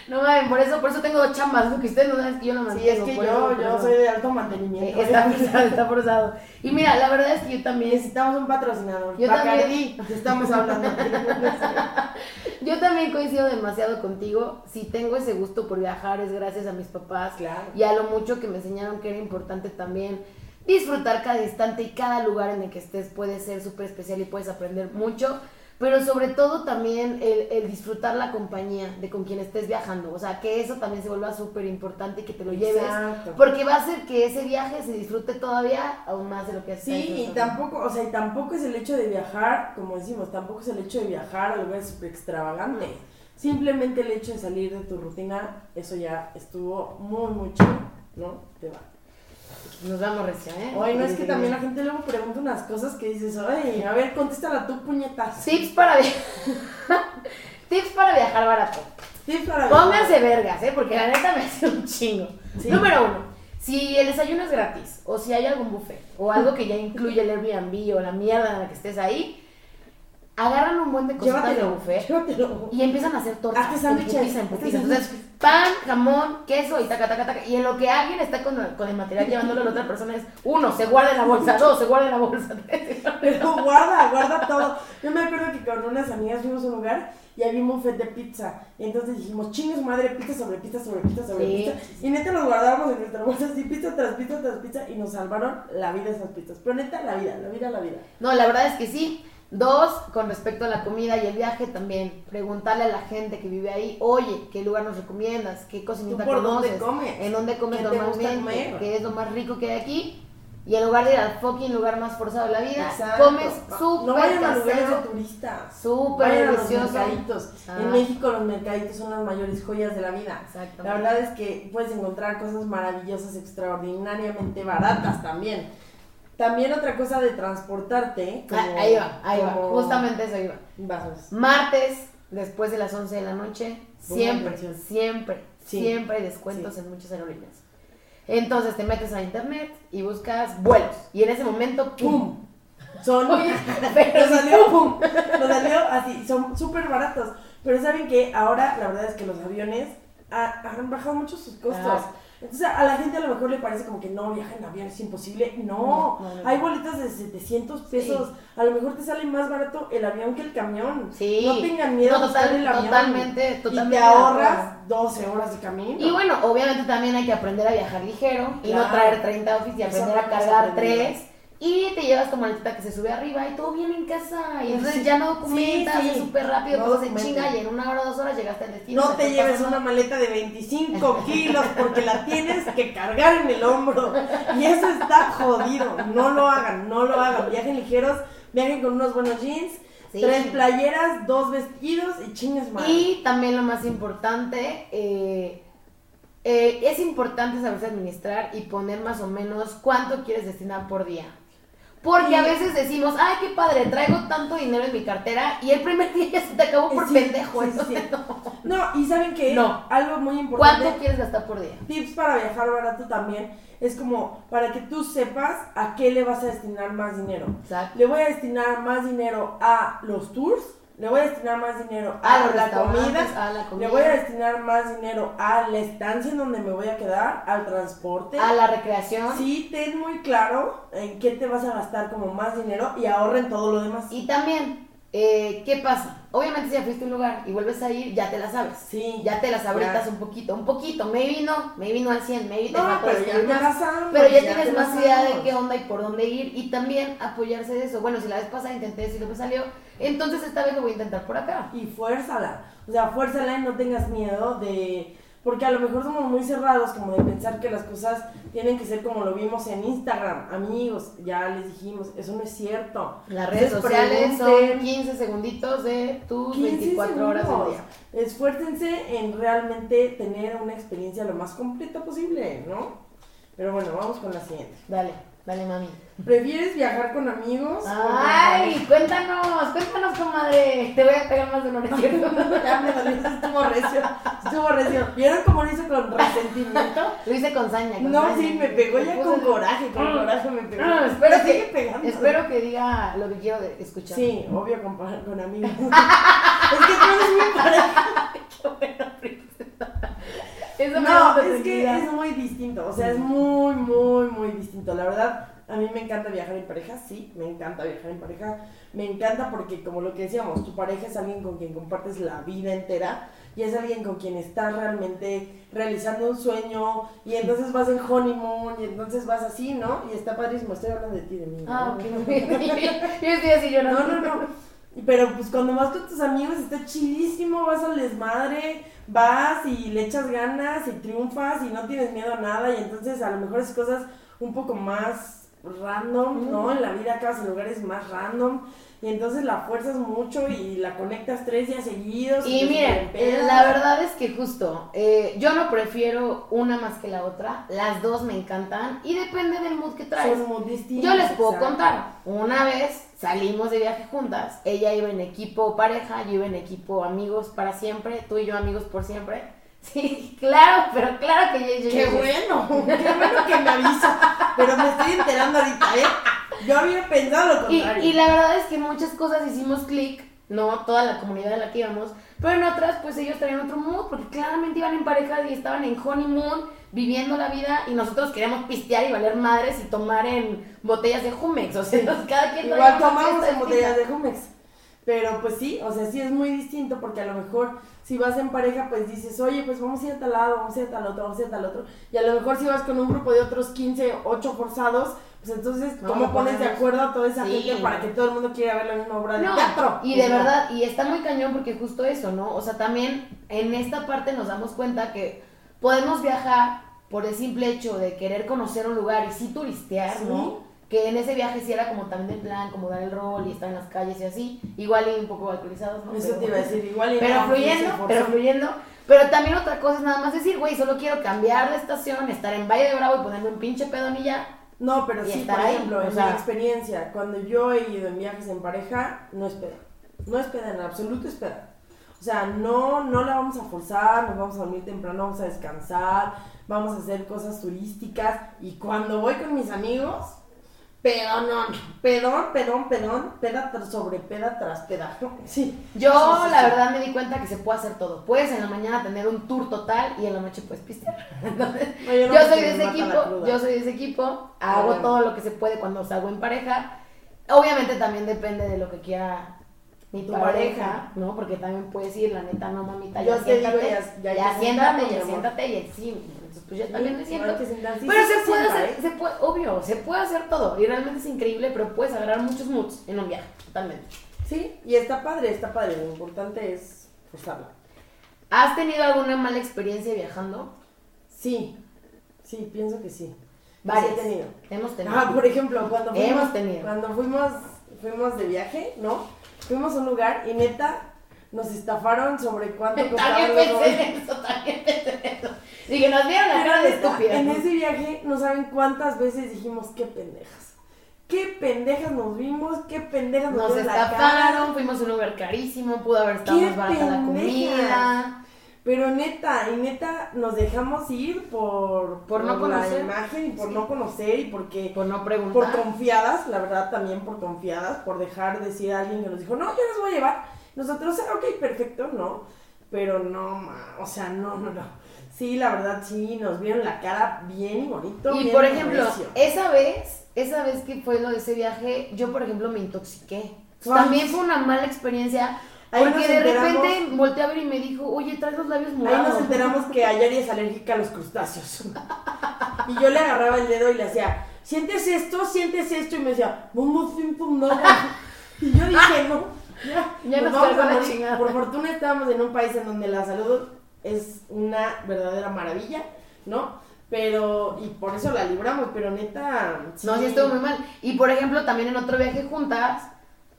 S2: No mames, por eso, por eso tengo dos chambas, porque ustedes no saben que yo no mantengo.
S1: Sí, es que
S2: por eso,
S1: yo,
S2: por
S1: yo
S2: eso.
S1: soy de alto
S2: Eh,
S1: mantenimiento.
S2: Está
S1: ¿eh?
S2: forzado, está forzado. Y mira, la verdad es que yo también,
S1: Necesitamos un patrocinador.
S2: Yo también.
S1: Bacardí, te estamos hablando.
S2: yo también coincido demasiado contigo. Si tengo ese gusto por viajar es gracias a mis papás
S1: *laughs* Claro.
S2: y a lo mucho que me enseñaron que era importante también disfrutar cada instante y cada lugar en el que estés puede ser súper especial y puedes aprender mucho. Pero sobre todo también el, el disfrutar la compañía de con quien estés viajando. O sea, que eso también se vuelva súper importante y que te lo lleves.
S1: Exacto.
S2: Porque va a hacer que ese viaje se disfrute todavía aún más de lo que has
S1: Sí, y tampoco, o sea, y tampoco es el hecho de viajar, como decimos, tampoco es el hecho de viajar a lugares súper extravagantes. Simplemente el hecho de salir de tu rutina, eso ya estuvo muy, muy chido, ¿no? Te va.
S2: Nos vamos recio, ¿eh?
S1: Oye, no es que también la gente luego pregunta unas cosas que dices, ay, a ver, contéstala tú, puñetas.
S2: Tips para viajar. *laughs* Tips para viajar barato.
S1: Sí, para
S2: Pónganse vergas, ¿eh? Porque la neta me hace un chingo.
S1: Sí.
S2: Número uno, si el desayuno es gratis, o si hay algún buffet, o algo que ya incluye el Airbnb o la mierda en la que estés ahí, agarran un buen de cositas de
S1: Llévatelo,
S2: buffet
S1: llévatelo.
S2: y empiezan a hacer tortas.
S1: Hazte
S2: en
S1: sándwiches,
S2: putiza, en
S1: hazte
S2: putiza. Entonces, pan, jamón, queso y taca, taca, taca. Y en lo que alguien está con, con el material llevándolo a la otra persona es, uno, se guarda en la bolsa, dos, se guarda en la bolsa, *laughs* tres, se guarda
S1: Pero guarda, guarda todo. Yo me acuerdo que con unas amigas fuimos a un lugar y había un buffet de pizza. Y entonces dijimos, chingue su madre, pizza sobre pizza sobre pizza sobre
S2: Sí.
S1: pizza. Y neta nos guardábamos en nuestra bolsa así, pizza tras pizza tras pizza. Y nos salvaron la vida esas pizzas. Pero neta, la vida, la vida, la vida.
S2: No, la verdad es que sí. Dos, con respecto a la comida y el viaje también, preguntarle a la gente que vive ahí, oye, ¿qué lugar nos recomiendas? ¿Qué cocinita
S1: ¿Tú por dónde
S2: conoces?
S1: comes?
S2: ¿En dónde comes
S1: ¿Qué te gusta
S2: normalmente?
S1: comer?
S2: ¿Qué es lo más rico que hay aquí? Y en lugar de ir al fucking lugar más forzado de la vida,
S1: Exacto.
S2: comes
S1: No-
S2: súper
S1: No vayan a lugares de
S2: casero,
S1: turistas.
S2: súper
S1: Vayan a los
S2: delicioso.
S1: mercaditos.
S2: Ah.
S1: En México los mercaditos son las mayores joyas de la vida.
S2: Exacto.
S1: La verdad es que puedes encontrar cosas maravillosas, extraordinariamente baratas también. También otra cosa de transportarte.
S2: Ah,
S1: como-
S2: ahí va, ahí va,
S1: como
S2: justamente eso iba.
S1: Vasos.
S2: Martes, después de las 11 de la noche,
S1: Pongan
S2: siempre,
S1: atención.
S2: siempre,
S1: Sí.
S2: siempre hay descuentos en muchas aerolíneas. Entonces te metes a internet y buscas vuelos. Y en ese momento,
S1: *laughs*
S2: ¡pum!
S1: ¡Pum! Son.
S2: Pero
S1: Nos salió, ¡pum! *laughs* Nos salió así. Son súper baratos. Pero saben que ahora la verdad es que los aviones ha- han bajado mucho sus costos.
S2: Ah.
S1: Entonces a la gente a lo mejor le parece como que no viaja en avión, es imposible. No,
S2: No, no, no.
S1: hay boletas de 700 pesos. A lo mejor te sale más barato el avión que el camión.
S2: Sí.
S1: No tengan miedo
S2: No,
S1: a buscar
S2: total-
S1: el avión.
S2: totalmente, totalmente
S1: Y
S2: de
S1: te
S2: acuerdo.
S1: ahorras 12 horas de camino.
S2: Y bueno, obviamente también hay que aprender a viajar ligero y no
S1: Claro.
S2: traer 30 outfits y
S1: Eso
S2: aprender
S1: no
S2: a
S1: hemos
S2: cargar
S1: aprendido.
S2: 3. Y te llevas tu maletita que se sube arriba y todo viene en casa. Y entonces
S1: Pues Sí.
S2: ya no documentas,
S1: Sí, sí.
S2: es súper rápido,
S1: No
S2: todo se
S1: documentas.
S2: chinga y en una hora, dos horas llegaste al destino.
S1: No
S2: se
S1: te
S2: fue
S1: lleves
S2: pasando.
S1: una maleta de 25 kilos porque la tienes que cargar en el hombro. Y eso está jodido. No lo hagan, no lo hagan. Viajen ligeros, viajen con unos buenos jeans,
S2: Sí.
S1: tres playeras, dos vestidos y chingas madre.
S2: Y también lo más importante, eh, eh, es importante saberse administrar y poner más o menos cuánto quieres destinar por día. Porque
S1: Sí.
S2: a veces decimos, ay, qué padre, traigo tanto dinero en mi cartera y el primer día *laughs* ya se te acabó por
S1: Eh, Sí,
S2: pendejo.
S1: sí,
S2: entonces,
S1: sí. No, y saben que
S2: No.
S1: algo muy importante.
S2: ¿Cuánto quieres gastar por día?
S1: tips para viajar barato también es como para que tú sepas a qué le vas a destinar más dinero.
S2: Exacto.
S1: Le voy a destinar más dinero a los tours, le voy a destinar más dinero
S2: A
S1: a,
S2: los
S1: Ah, la comida,
S2: restaurantes, a la comida.
S1: le voy a destinar más dinero a la estancia en donde me voy a quedar, al transporte.
S2: A la recreación.
S1: Sí, ten muy claro en qué te vas a gastar como más dinero y ahorren todo lo demás.
S2: Y también, eh, ¿qué pasa? Obviamente si ya fuiste a un lugar y vuelves a ir, ya te la sabes.
S1: Sí.
S2: Ya te las abritas
S1: Claro.
S2: un poquito, un poquito, maybe no, maybe no al 100, maybe te
S1: No,
S2: falta
S1: pero ya
S2: descubrir
S1: te
S2: más.
S1: la sabes,
S2: Pero ya,
S1: ya
S2: tienes
S1: te la
S2: más idea de
S1: sabes.
S2: qué onda y por dónde ir y también apoyarse de eso. Bueno, si la vez pasada intenté eso y no me salió, entonces esta vez lo voy a intentar por acá.
S1: y fuérzala. O sea, fuérzala y no tengas miedo de. Porque a lo mejor somos muy cerrados, como de pensar que las cosas tienen que ser como lo vimos en Instagram. Amigos, ya les dijimos, eso no es cierto.
S2: Las redes
S1: Entonces,
S2: sociales son
S1: pregunten.
S2: 15 segunditos de tus
S1: 15
S2: 24 horas del
S1: segundos.
S2: día.
S1: Esfuércense en realmente tener una experiencia lo más completa posible, ¿no? Pero bueno, vamos con la siguiente.
S2: Dale, dale, mami.
S1: ¿Prefieres viajar con amigos? o con
S2: ¡Ay! Cuéntanos, cuéntanos, comadre. Te voy a pegar más de una, ¿no es cierto?
S1: *laughs* Ya me dolió, eso estuvo recio, estuvo recio. ¿Vieron cómo lo hizo con resentimiento?
S2: *laughs* Lo hice con saña. con
S1: No,
S2: saña.
S1: sí, me pegó ya
S2: puse
S1: con
S2: el-
S1: coraje, con
S2: Mm.
S1: coraje me pegó.
S2: Ah, espero
S1: Me
S2: que-
S1: sigue pegando.
S2: Espero que diga lo que quiero de- escuchar.
S1: Sí, obvio, comparar con amigos. *laughs* es que tú eres mi pareja.
S2: Eso me
S1: No,
S2: gusta
S1: es
S2: tu
S1: que
S2: vida.
S1: es muy distinto, o sea, es muy, muy, muy distinto. La verdad, a mí me encanta viajar en pareja, sí, me encanta viajar en pareja. Me encanta porque, como lo que decíamos, tu pareja es alguien con quien compartes la vida entera y es alguien con quien estás realmente realizando un sueño y entonces vas en honeymoon y entonces vas así, ¿no? Y está padrísimo, estoy hablando de ti, de mí. ¿no?
S2: Ah, ok, muy bien. *laughs* Yo estoy así llorando.
S1: No, no, no. Pero pues cuando vas con tus amigos está chidísimo, vas al desmadre, vas y le echas ganas y triunfas y no tienes miedo a nada y entonces a lo mejor es cosas un poco más random, ¿no? En la vida acabas en lugares más random y entonces la fuerzas mucho y la conectas tres días seguidos.
S2: Y
S1: te
S2: miren, eh,
S1: superempedas.
S2: la verdad es que justo, eh, yo no prefiero una más que la otra, las dos me encantan y depende del mood que traes.
S1: Son muy distintas,
S2: Yo les puedo
S1: exacto.
S2: contar, una vez salimos de viaje juntas, ella iba en equipo pareja, yo iba en equipo amigos para siempre, tú y yo amigos por siempre. *laughs* Sí, claro, pero claro que yo yo-
S1: Qué
S2: yo-
S1: bueno, qué bueno que me avisa, pero me estoy enterando ahorita, ¿eh? Yo había pensado lo
S2: Y,
S1: contrario.
S2: y la verdad es que muchas cosas hicimos clic, no toda la comunidad en la que íbamos, pero en otras pues ellos traían otro mood porque claramente iban en pareja y estaban en honeymoon viviendo la vida y nosotros queríamos pistear y valer madres y tomar en botellas de Jumex, o sea, *laughs* nos- cada quien traía
S1: Igual
S2: una
S1: tomamos
S2: fiesta
S1: en botellas
S2: distinta.
S1: de Jumex. Pero pues sí, o sea, sí es muy distinto porque a lo mejor si vas en pareja, pues dices, oye, pues vamos a ir a tal lado, vamos a ir a tal otro, vamos a ir a tal otro. Y a lo mejor si vas con un grupo de otros 15, 8 forzados, pues entonces,
S2: No,
S1: ¿cómo
S2: no
S1: pones de
S2: podemos.
S1: acuerdo a toda esa
S2: Sí,
S1: gente para
S2: no.
S1: que todo el mundo quiera ver la misma obra de
S2: No,
S1: teatro?
S2: y de
S1: Pues, no.
S2: verdad, y está muy cañón porque justo eso, ¿no? O sea, también en esta parte nos damos cuenta que podemos viajar por el simple hecho de querer conocer un lugar y sí turistear,
S1: Sí.
S2: ¿no? Que en ese viaje sí era como también el plan, como dar el rol y estar en las calles y así, igual y un poco alcoholizados, ¿no?
S1: Eso
S2: Pero-
S1: te iba a decir, igual y
S2: Pero
S1: no,
S2: fluyendo,
S1: se forzó.
S2: pero fluyendo. Pero también otra cosa es nada más decir, güey, solo quiero cambiar de estación, estar en Valle de Bravo y ponerme un pinche pedón y ya.
S1: No, pero
S2: y
S1: sí,
S2: estar
S1: por
S2: ahí,
S1: ejemplo,
S2: o
S1: en
S2: sea.
S1: mi experiencia, cuando yo he ido en viajes en pareja, no es peda. No es peda, en absoluto es peda. O sea, no, no la vamos a forzar, nos vamos a dormir temprano, vamos a descansar, vamos a hacer cosas turísticas. Y cuando voy con mis amigos, pedón, pedón, pedón, pedón, peda tras sobre peda tras peda. *laughs* Sí.
S2: Yo,
S1: Sí, sí,
S2: la
S1: sí.
S2: verdad, me di cuenta que se puede hacer todo. Puedes en la mañana tener un tour total y en la noche puedes pistear. *laughs* Entonces,
S1: No, yo no
S2: yo
S1: porque
S2: soy
S1: me
S2: de ese
S1: mata la
S2: equipo,
S1: cruda. Ah,
S2: yo soy de ese equipo, hago
S1: bueno.
S2: todo lo que se puede cuando salgo en pareja. Obviamente también depende de lo que quiera mi
S1: Tu
S2: pareja,
S1: pareja.
S2: ¿no? Porque también puedes ir, la neta, no mamita,
S1: Yo
S2: ya
S1: te digo,
S2: siéntate,
S1: ya- ya
S2: ya,
S1: hay que
S2: siéntate,
S1: sentarnos, mi
S2: ya
S1: amor.
S2: siéntate, y sí, entonces pues yo también me
S1: Sí,
S2: siento.
S1: hay que sentarse. Sí,
S2: pero
S1: sí,
S2: se puede
S1: sienta,
S2: hacer,
S1: ¿eh?
S2: se puede, obvio, se puede hacer todo y realmente es increíble, pero puedes agarrar muchos moods en un viaje, totalmente.
S1: Sí, y está padre, está padre. Lo importante es forzarla.
S2: ¿Has tenido alguna mala experiencia viajando?
S1: Sí, sí, pienso que sí. Sí
S2: Varias.
S1: he tenido.
S2: Hemos tenido.
S1: Ah, por ejemplo, cuando fuimos,
S2: Hemos tenido.
S1: cuando fuimos, fuimos de viaje, ¿no? Fuimos a un lugar y neta nos estafaron sobre cuánto
S2: *laughs* También
S1: costaban los
S2: *laughs* pensé en eso, también pensé en eso. Dije, nos vieron la cara de estúpidas.
S1: En
S2: ¿no?
S1: ese viaje no saben cuántas veces dijimos qué pendejas. Qué pendejas nos vimos, qué pendejas nos,
S2: Nos
S1: vimos la cara.
S2: estafaron, fuimos a un lugar carísimo, pudo haber estado
S1: ¡Qué
S2: más barata la comida.
S1: Pero neta, y neta, nos dejamos ir por,
S2: Por no conocer.
S1: la imagen y por
S2: Sí.
S1: no conocer y porque
S2: Por no
S1: por
S2: preguntar.
S1: confiadas, la verdad también por confiadas, por dejar decir a alguien que nos dijo, no, yo les voy a llevar. Nosotros, "Ah, ok, perfecto, no. Pero no, ma, o sea, no, no, no. Sí, la verdad, sí, nos vieron la cara bien y bonito.
S2: y
S1: bien
S2: por ejemplo,
S1: recio.
S2: esa vez, esa vez que fue lo de ese viaje, yo por ejemplo me intoxiqué.
S1: Wow.
S2: También fue una mala experiencia.
S1: Ahí nos
S2: porque de
S1: enteramos-
S2: repente volteé a ver y me dijo, oye, traes los labios
S1: Ahí
S2: morados.
S1: nos enteramos que Ayari es alérgica a los crustáceos. Y yo le agarraba el dedo y le hacía, ¿sientes esto? ¿Sientes esto? Y me decía, "Bum, bum, bum, bum, no. *laughs* Y yo dije, no, ya,
S2: Ya nos
S1: vamos
S2: cargó
S1: a
S2: la
S1: morir".
S2: chingada.
S1: Por fortuna estábamos en un país en donde la salud es una verdadera maravilla, ¿no? Pero, y por eso la libramos, pero neta...
S2: No, sí estuvo muy mal. Y por ejemplo, también en otro viaje juntas,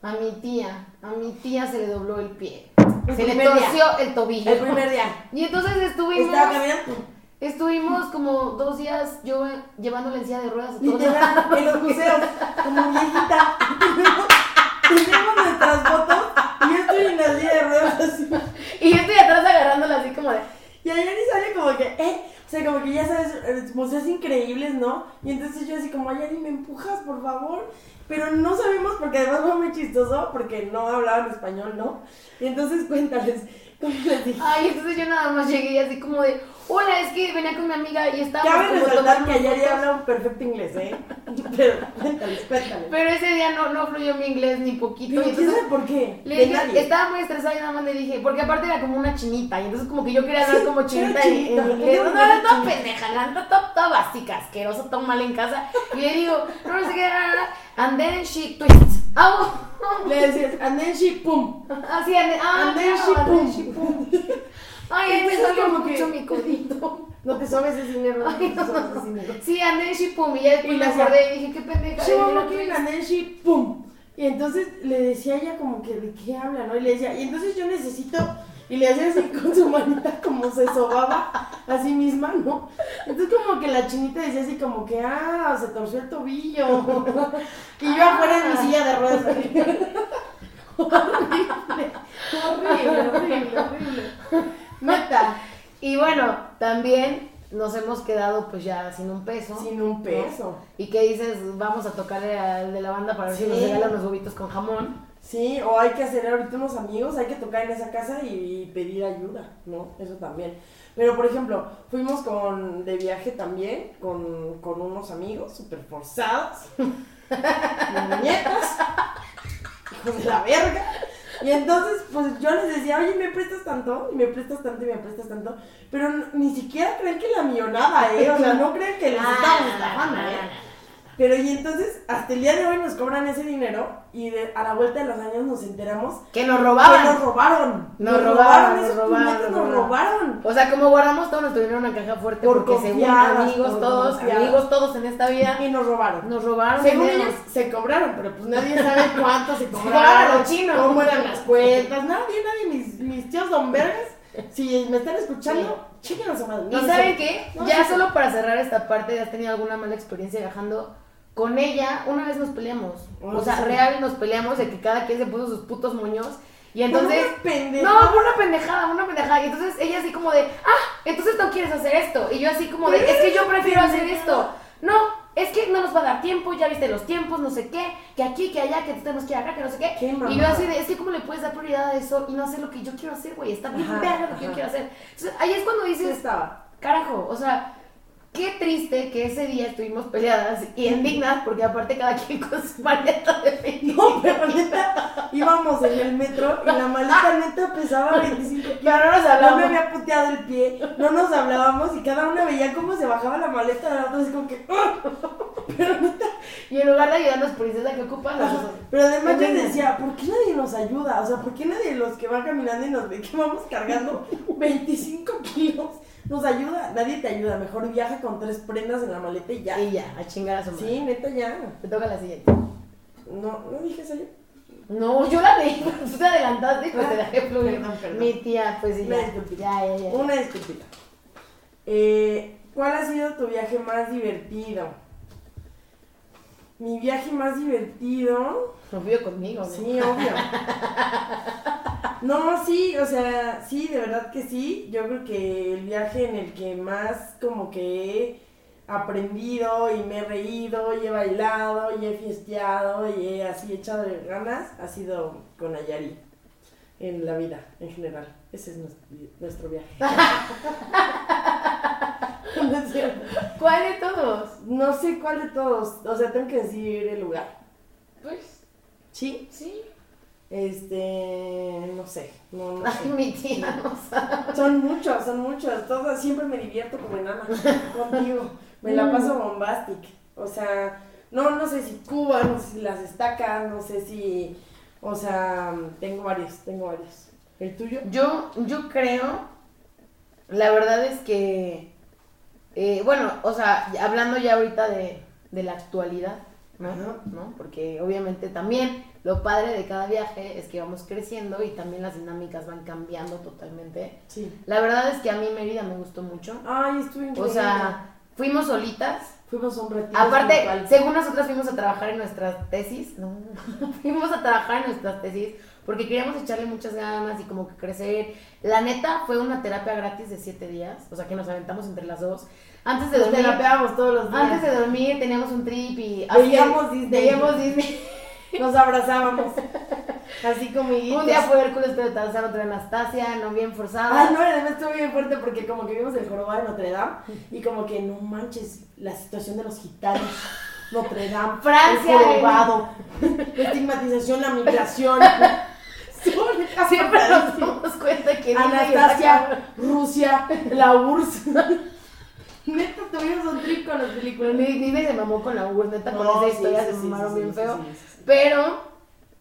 S2: a mi tía, a mi tía se le dobló el pie.
S1: El
S2: se le
S1: primer día.
S2: torció el tobillo.
S1: El primer día.
S2: Y entonces estuvimos,
S1: Estaba caminando.
S2: estuvimos como dos días yo llevándole en silla de ruedas
S1: *laughs*
S2: a todos.
S1: Literal, en los museos, como viejita. *laughs* Tenemos nuestras fotos y yo estoy en la silla de ruedas así.
S2: Y yo estoy atrás agarrándola así como de,
S1: Y ayer ni sale como que, eh, o sea, como que ya sabes, eh, museos increíbles, ¿no? Y entonces yo así como, Ayari, ¿me empujas, por favor? Pero no sabemos, porque además fue muy chistoso, porque no hablaban español, ¿no? Y entonces cuéntales, ¿cómo les dije?
S2: ay, entonces yo nada más llegué y así como de, hola, es que venía con mi amiga y estábamos
S1: Cabe
S2: como
S1: resaltar que
S2: tomándonos
S1: Ayari
S2: fotos".
S1: habla un perfecto inglés, ¿eh? *laughs* Pero cuéntales, cuéntales.
S2: Pero ese día no, no fluyó mi inglés ni poquito.
S1: Pero
S2: y
S1: ¿quién
S2: entonces
S1: sabe por qué?
S2: Le
S1: De
S2: dije,
S1: nadie.
S2: estaba muy estresada y nada más le dije, porque aparte era como una chinita, y entonces como que yo quería hablar
S1: Sí,
S2: como
S1: era
S2: chinita en,
S1: chinita,
S2: en inglés.
S1: era
S2: No,
S1: una
S2: era toda
S1: chinita.
S2: pendeja, la neta, toda, toda básica, asquerosa, toda mal en casa. Y le digo, no, no sé qué, na, na, na. and then she twists. ¡Au!
S1: Le decías, and then she, pum.
S2: *laughs* Así, and then, ah,
S1: And then
S2: claro,
S1: she,
S2: and then
S1: pum.
S2: she pum. Ay, ahí me
S1: Entonces,
S2: salió
S1: como
S2: mucho
S1: que- *laughs*
S2: mi codito.
S1: No te sobes ese dinero, no te sobes ese dinero.
S2: *laughs* Sí, and then she pum. Y ya después
S1: Y
S2: me
S1: la hacía-
S2: acordé y dije, qué pendeja.
S1: She
S2: dije,
S1: won't
S2: no, pues
S1: look in
S2: twist.
S1: and then she, pum. Y entonces le decía a ella como que de qué habla, ¿no? Y le decía, y entonces yo necesito, y le hacía así *laughs* con su manita como se sobaba a sí misma, ¿no? Entonces como que la chinita decía así como que, ah, se torció el tobillo. *laughs* Y
S2: Ah.
S1: yo afuera en mi silla de ruedas.
S2: *laughs*
S1: así. horrible, horrible, horrible, horrible. Neta.
S2: Y bueno, también nos hemos quedado pues ya sin un peso.
S1: Sin un peso.
S2: ¿Y qué dices? Vamos a tocarle al de la banda para ver si
S1: Sí.
S2: nos regala unos huevitos con jamón.
S1: Sí, o hay que hacer ahorita unos amigos, hay que tocar en esa casa y pedir ayuda, ¿no? Eso también. Pero, por ejemplo, fuimos con, de viaje también con, con unos amigos súper forzados, *laughs* muñecas, hijos de la verga. Y entonces, pues yo les decía, oye, ¿me prestas tanto? Y me prestas tanto y me prestas tanto. Pero n- ni siquiera creen que la millonada, ¿eh? O sea, no creen que les estamos estafando, ¿eh? Pero y entonces, hasta el día de hoy nos cobran ese dinero y de- a la vuelta de los años nos enteramos
S2: Que nos
S1: que nos
S2: robaban.
S1: robaron.
S2: Nos robaron, nos
S1: esos
S2: robaron,
S1: puñetas
S2: nos
S1: nos robaron.
S2: O sea, como guardamos todo, nos tuvieron una caja fuerte
S1: Por
S2: porque según
S1: confiadas,
S2: amigos
S1: por
S2: todos,
S1: confiadas.
S2: amigos todos en esta vida,
S1: Y nos robaron.
S2: nos robaron.
S1: Según
S2: dinero.
S1: ellos se cobraron, pero pues *laughs* nadie sabe cuánto se
S2: cobraron a
S1: cobraron,
S2: los chinos.
S1: cómo eran las cuentas, nadie, nadie, mis, mis tíos don vergas, si me están escuchando, chequen a su madre.
S2: ¿Y
S1: No, no
S2: saben
S1: sé.
S2: qué?
S1: No,
S2: ya
S1: no sé.
S2: solo para cerrar esta parte, ¿has tenido alguna mala experiencia viajando con ella? Una vez nos peleamos.
S1: Ah,
S2: o sea,
S1: sí.
S2: real nos peleamos de que cada quien se puso sus putos moños. Y entonces...
S1: Por unas pendejadas.
S2: No, fue una pendejada, una pendejada. Y entonces ella así como de, ah, entonces no quieres hacer esto. Y yo así como de,
S1: Pero
S2: es que
S1: eres
S2: yo
S1: *laughs* una
S2: prefiero hacer
S1: pendejada.
S2: esto. No, es que no nos va a dar tiempo, ya viste los tiempos, no sé qué, que aquí, que allá, que tenemos que ir acá, que no sé qué.
S1: Qué
S2: y yo
S1: mamada.
S2: así de, es que cómo le puedes dar prioridad a eso y no hacer lo que yo quiero hacer, güey. Está bien
S1: Ajá,
S2: verga lo que yo
S1: ajá.
S2: quiero hacer. Entonces ahí es cuando
S1: Sí
S2: dices,
S1: estaba.
S2: carajo, o sea, qué triste que ese día estuvimos peleadas y
S1: Mm.
S2: indignas porque aparte cada quien con su *laughs* maleta de feliz.
S1: *laughs* No, pero neta, íbamos en el metro y la maleta neta pesaba 25 kilos.
S2: Pero no nos
S1: No
S2: hablamos.
S1: me había puteado el pie, no nos hablábamos y cada una veía cómo se bajaba la maleta de la otra, así como que. "Ah".
S2: Y en lugar de ayudarnos, princesa, ¿qué ocupas? Nosotros-
S1: Pero además yo
S2: Venga.
S1: decía, ¿por qué nadie nos ayuda? O sea, ¿por qué nadie de los que van caminando y nos ve que vamos
S2: *laughs*
S1: cargando 25 kilos nos ayuda? Nadie te ayuda, mejor viaja con tres prendas en la maleta y ya.
S2: Y ya, a chingar a su madre.
S1: Sí, neta, ya.
S2: Te toca la siguiente.
S1: No, no dije eso yo.
S2: No, yo la leí, *laughs* pero tú te adelantaste y pues te dejé fluir.
S1: Perdón, perdón.
S2: Mi tía, pues sí,
S1: Me
S2: ya.
S1: disculpí.
S2: Ya, ya, ya.
S1: Una disculpita. Eh, ¿Cuál ha sido tu viaje más divertido? Mi viaje más divertido.
S2: No fui yo conmigo, ¿no?
S1: Sí, obvio. No, sí, o sea, sí, de verdad que sí. Yo creo que el viaje en el que más como que he aprendido y me he reído y he bailado y he fiesteado y he así echado de ganas ha sido con Ayari en la vida en general. Ese es nuestro, nuestro viaje. *laughs* No es cierto.
S2: ¿Cuál de todos?
S1: No sé cuál de todos, o sea, tengo que decir el lugar.
S2: Pues
S1: Sí,
S2: sí.
S1: Este, no sé, no, no
S2: Ay,
S1: sé.
S2: mi tía, no sabe.
S1: Son muchos, son muchos. Todas, siempre me divierto como
S2: *laughs*
S1: enana contigo. Me
S2: Mm.
S1: la paso bombastic. O sea, no, no sé si Cuba, no sé si las estacas, no sé si. O sea, tengo varios, tengo varios. ¿El tuyo?
S2: Yo, yo creo, la verdad es que, eh, bueno, o sea, hablando ya ahorita de, de la actualidad, ¿no?
S1: Ajá.
S2: ¿no? Porque obviamente también lo padre de cada viaje es que vamos creciendo y también las dinámicas van cambiando totalmente.
S1: Sí.
S2: La verdad es que a mí Mérida me gustó mucho.
S1: Ay, estuve increíble.
S2: O sea, fuimos solitas.
S1: fuimos a un retiro
S2: Aparte,
S1: espiritual.
S2: según nosotras fuimos a trabajar en nuestras tesis, no, *laughs* fuimos a trabajar en nuestras tesis porque queríamos echarle muchas ganas y como que crecer. La neta fue una terapia gratis de siete días, o sea que nos aventamos entre las dos. Antes de
S1: Nos
S2: dormir,
S1: terapeábamos todos los días.
S2: antes de dormir teníamos un trip y
S1: Veíamos Disney.
S2: Veíamos Disney.
S1: Nos abrazábamos. Así como
S2: un día fue Hércules, pero Tarzán, otro Anastasia, no bien forzada.
S1: Ah, no, además estuvo bien fuerte porque como que vimos el jorobado de Notre Dame y como que no manches la situación de los gitanos. Notre Dame,
S2: Francia,
S1: el jorobado, la estigmatización, la
S2: *laughs*
S1: migración.
S2: Siempre nos damos cuenta que Disney está cabrón.
S1: Anastasia, Rusia, la URSS.
S2: *laughs*
S1: Neta, tuvimos un trip con las películas.
S2: Disney se mamó con la URSS, neta, con esa
S1: sí,
S2: historia
S1: sí,
S2: se
S1: sí,
S2: mamaron
S1: sí,
S2: bien
S1: sí,
S2: feo.
S1: sí, sí, sí.
S2: Pero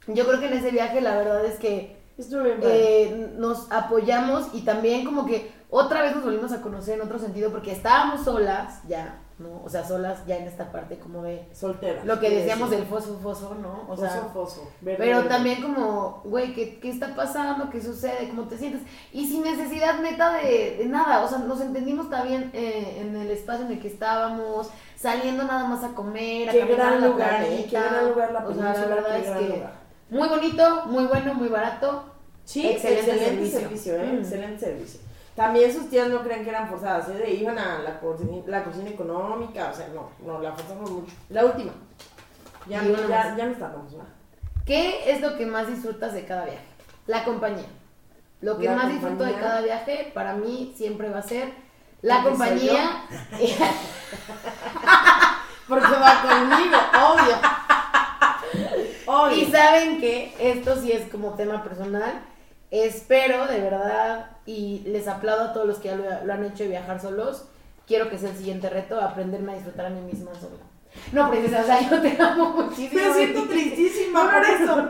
S2: yo creo que en ese viaje la verdad es que
S1: Estuvo bien padre.
S2: eh, nos apoyamos y también como que otra vez nos volvimos a conocer en otro sentido porque estábamos solas ya, ¿no? O sea, solas ya en esta parte como de
S1: Soltera.
S2: lo que
S1: quiero
S2: decíamos
S1: decir.
S2: del fosfo, fosfo, ¿no? O sea,
S1: Foso, foso, verde,
S2: pero
S1: verde.
S2: también como, güey, ¿qué, ¿qué está pasando? ¿Qué sucede? ¿Cómo te sientes? Y sin necesidad neta de, de nada, o sea, nos entendimos también eh, en el espacio en el que estábamos, saliendo nada más a comer, a
S1: Qué
S2: caminar a
S1: gran
S2: la
S1: lugar, ¿eh?
S2: playita.
S1: Qué gran lugar la
S2: O sea,
S1: península.
S2: la verdad
S1: qué
S2: es
S1: gran
S2: que
S1: lugar.
S2: muy bonito, muy bueno, muy barato.
S1: Sí,
S2: Excelente
S1: excelente,
S2: servicio.
S1: servicio, ¿eh?
S2: Mm.
S1: Excelente servicio. También sus tías no creen que eran forzadas, ¿eh? De- iban a la cocina, la cocina económica, o sea, no, no, la forzamos mucho. La última. Ya,
S2: Y
S1: no,
S2: una
S1: ya,
S2: más.
S1: ya no tardamos nada.
S2: ¿Qué es lo que más disfrutas de cada viaje? La compañía. Lo que
S1: La
S2: más disfruto de
S1: compañía.
S2: cada viaje para mí siempre va a ser la
S1: ¿Quién soy yo?
S2: compañía.
S1: Porque va
S2: *laughs*
S1: conmigo, obvio.
S2: Y
S1: Obvio.
S2: saben que esto sí es como tema personal. Espero de verdad y les aplaudo a todos los que ya lo, lo han hecho y viajar solos. Quiero que sea el siguiente reto, aprenderme a disfrutar a mí misma sola. No, princesa, o sea, yo te amo muchísimo.
S1: Me siento
S2: *laughs*
S1: tristísima por eso.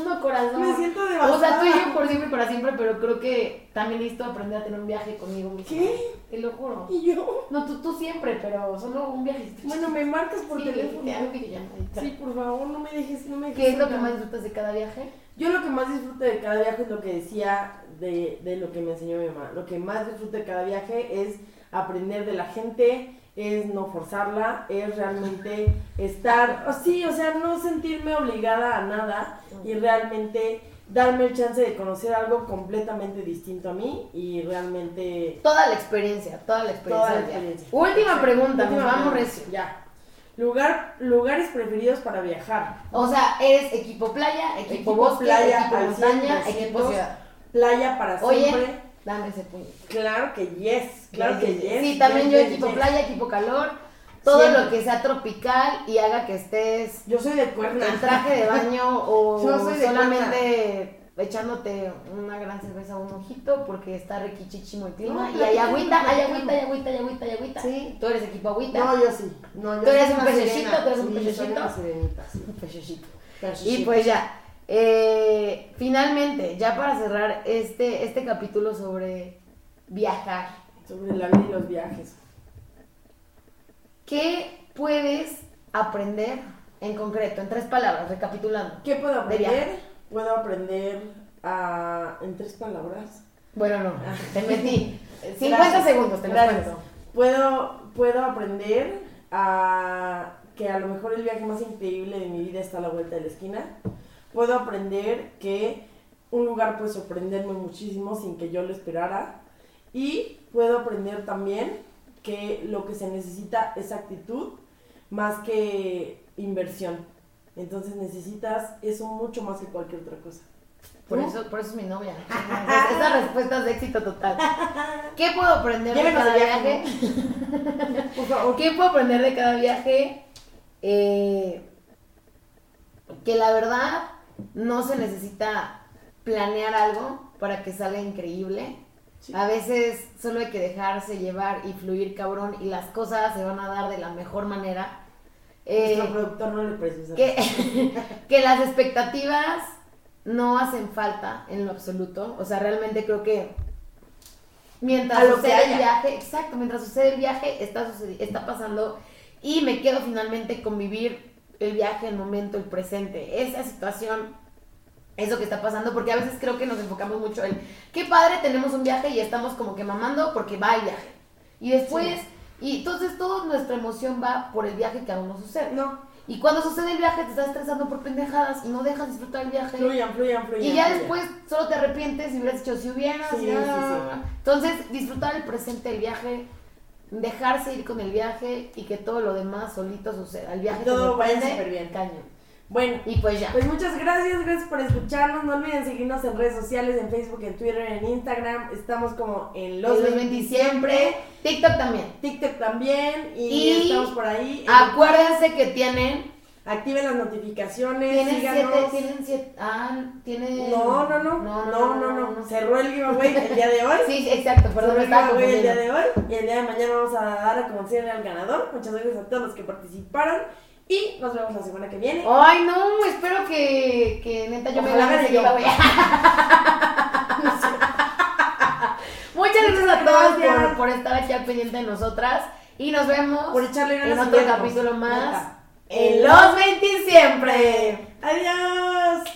S2: Uno corazón.
S1: Me siento devastada.
S2: o sea, tú y yo por siempre y para siempre, pero creo que también necesito aprender a tener un viaje conmigo misma.
S1: ¿Qué?
S2: Te lo juro.
S1: ¿Y yo?
S2: No, tú, tú siempre, pero solo un viaje.
S1: Bueno, me marcas por
S2: Sí,
S1: teléfono.
S2: te amo, que ya.
S1: Sí, por favor, no me dejes, no me dejes.
S2: ¿Qué es lo que
S1: sola.
S2: más disfrutas de cada viaje?
S1: Yo lo que más disfruto de cada viaje es lo que decía de, de lo que me enseñó mi mamá. Lo que más disfruto de cada viaje es aprender de la gente, es no forzarla, es
S2: *laughs*
S1: realmente estar, o sí, o sea, no sentirme obligada a nada y realmente darme el chance de conocer algo completamente distinto a mí y realmente
S2: Toda la experiencia, toda la experiencia.
S1: toda la
S2: del viaje.
S1: experiencia.
S2: Última
S1: Exacto.
S2: pregunta,
S1: Última
S2: nos vamos
S1: pregunta.
S2: recio.
S1: Ya. Lugar, lugares preferidos para viajar.
S2: O sea, eres equipo playa, equipo,
S1: Equipo
S2: bosque,
S1: playa,
S2: equipo
S1: al
S2: montaña,
S1: 100%.
S2: equipo ciudad.
S1: Playa para
S2: Oye,
S1: siempre.
S2: dame ese puño.
S1: Claro que yes, claro que yes.
S2: Sí, también
S1: yes,
S2: yo
S1: yes,
S2: equipo
S1: yes.
S2: playa, equipo calor, todo
S1: Siempre.
S2: lo que sea tropical y haga que estés
S1: Yo soy de
S2: en
S1: cuerna.
S2: traje de baño
S1: *laughs*
S2: o
S1: Yo soy de
S2: solamente echándote una gran cerveza o un ojito porque está requichichimo el clima
S1: No,
S2: y hay
S1: platito,
S2: agüita, hay
S1: platito.
S2: agüita, hay agüita, hay agüita, hay agüita.
S1: Sí.
S2: Tú eres equipo agüita.
S1: No, yo sí. No, yo
S2: Tú eres
S1: soy
S2: un
S1: una
S2: pececito,
S1: sirena.
S2: tú eres un
S1: Sí,
S2: pececito.
S1: soy una sirenita, sí.
S2: Pechecito.
S1: Pececito.
S2: Y pues ya, eh, finalmente, ya para cerrar este, este capítulo sobre viajar,
S1: Sobre la vida y los viajes.
S2: ¿qué puedes aprender en concreto? En tres palabras, recapitulando.
S1: ¿Qué puedo aprender?
S2: viaje.
S1: Puedo aprender a... En tres palabras.
S2: Bueno, no, te *laughs* metí. 50
S1: Gracias.
S2: segundos, te lo
S1: Gracias.
S2: cuento.
S1: Puedo, puedo aprender a... Que a lo mejor el viaje más increíble de mi vida está a la vuelta de la esquina. Puedo aprender que un lugar puede sorprenderme muchísimo sin que yo lo esperara. Y puedo aprender también que lo que se necesita es actitud más que inversión. Entonces necesitas eso mucho más que cualquier otra cosa.
S2: Por
S1: ¿Tú?
S2: eso, por eso es mi novia. *laughs* Esa respuesta es de éxito total. ¿Qué puedo aprender de
S1: Llévenos
S2: cada
S1: de viaje,
S2: viaje? *laughs*
S1: Por favor.
S2: ¿Qué puedo aprender de cada viaje? Eh, que la verdad, no se necesita planear algo para que salga increíble.
S1: Sí.
S2: A veces solo hay que dejarse llevar y fluir, cabrón, y las cosas se van a dar de la mejor manera. Eh,
S1: Nuestro productor no le precisa.
S2: que, *laughs* que las expectativas no hacen falta en lo absoluto. O sea, realmente creo que mientras
S1: A lo
S2: sucede
S1: que
S2: el
S1: haya.
S2: viaje, exacto, mientras sucede el viaje, está, sucedi- está pasando y me quedo finalmente con vivir el viaje, el momento, el presente. Esa situación es lo que está pasando porque a veces creo que nos enfocamos mucho en qué padre, tenemos un viaje y estamos como que mamando porque va el viaje. Y después, y entonces toda nuestra emoción va por el viaje que aún no sucede.
S1: *laughs* No,
S2: Y cuando sucede el viaje te estás estresando por pendejadas y no dejas disfrutar el viaje.
S1: fluyan, fluyan, fluyan.
S2: y ya
S1: fluyan.
S2: después solo te arrepientes y hubieras dicho si hubieras.
S1: Sí,
S2: si no".
S1: sí, sí.
S2: Entonces, disfrutar el presente del viaje, dejarse ir con el viaje y que todo lo demás solito suceda. El viaje
S1: Todo
S2: te
S1: vaya
S2: sorprende,
S1: súper bien.
S2: cañón.
S1: Bueno,
S2: Y pues ya.
S1: Pues muchas gracias, gracias por escucharnos. No olviden seguirnos en redes sociales, en Facebook, en Twitter, en Instagram. Estamos como en los,
S2: Los 20 siempre. TikTok también.
S1: TikTok también. Y,
S2: Y-
S1: estamos por ahí. Eh,
S2: Acuérdense que tienen.
S1: Activen las notificaciones.
S2: Tienen
S1: Pues, síganos.
S2: siete, tienen siete. Ah, tienen.
S1: No, no, no. No, no, no. Cerró el giveaway el día *laughs* de hoy.
S2: Sí, exacto, perdón,
S1: Cerró
S2: me
S1: el
S2: estaba
S1: giveaway el día
S2: confundiendo.
S1: de hoy. Y el día de mañana vamos a dar a conocer al ganador. Muchas gracias a todos los que participaron. Y nos vemos la semana que viene.
S2: Ay, no, espero que, que neta yo
S1: Ojalá
S2: me
S1: gane yo.
S2: gane yo. *laughs* Muchas gracias a todos
S1: gracias.
S2: por, por estar aquí al pendiente de nosotras y nos vemos
S1: Por echarle ganas.
S2: en
S1: a
S2: otro
S1: vernos.
S2: capítulo más
S1: En
S2: en
S1: los
S2: Los 20 siempre.
S1: Adiós.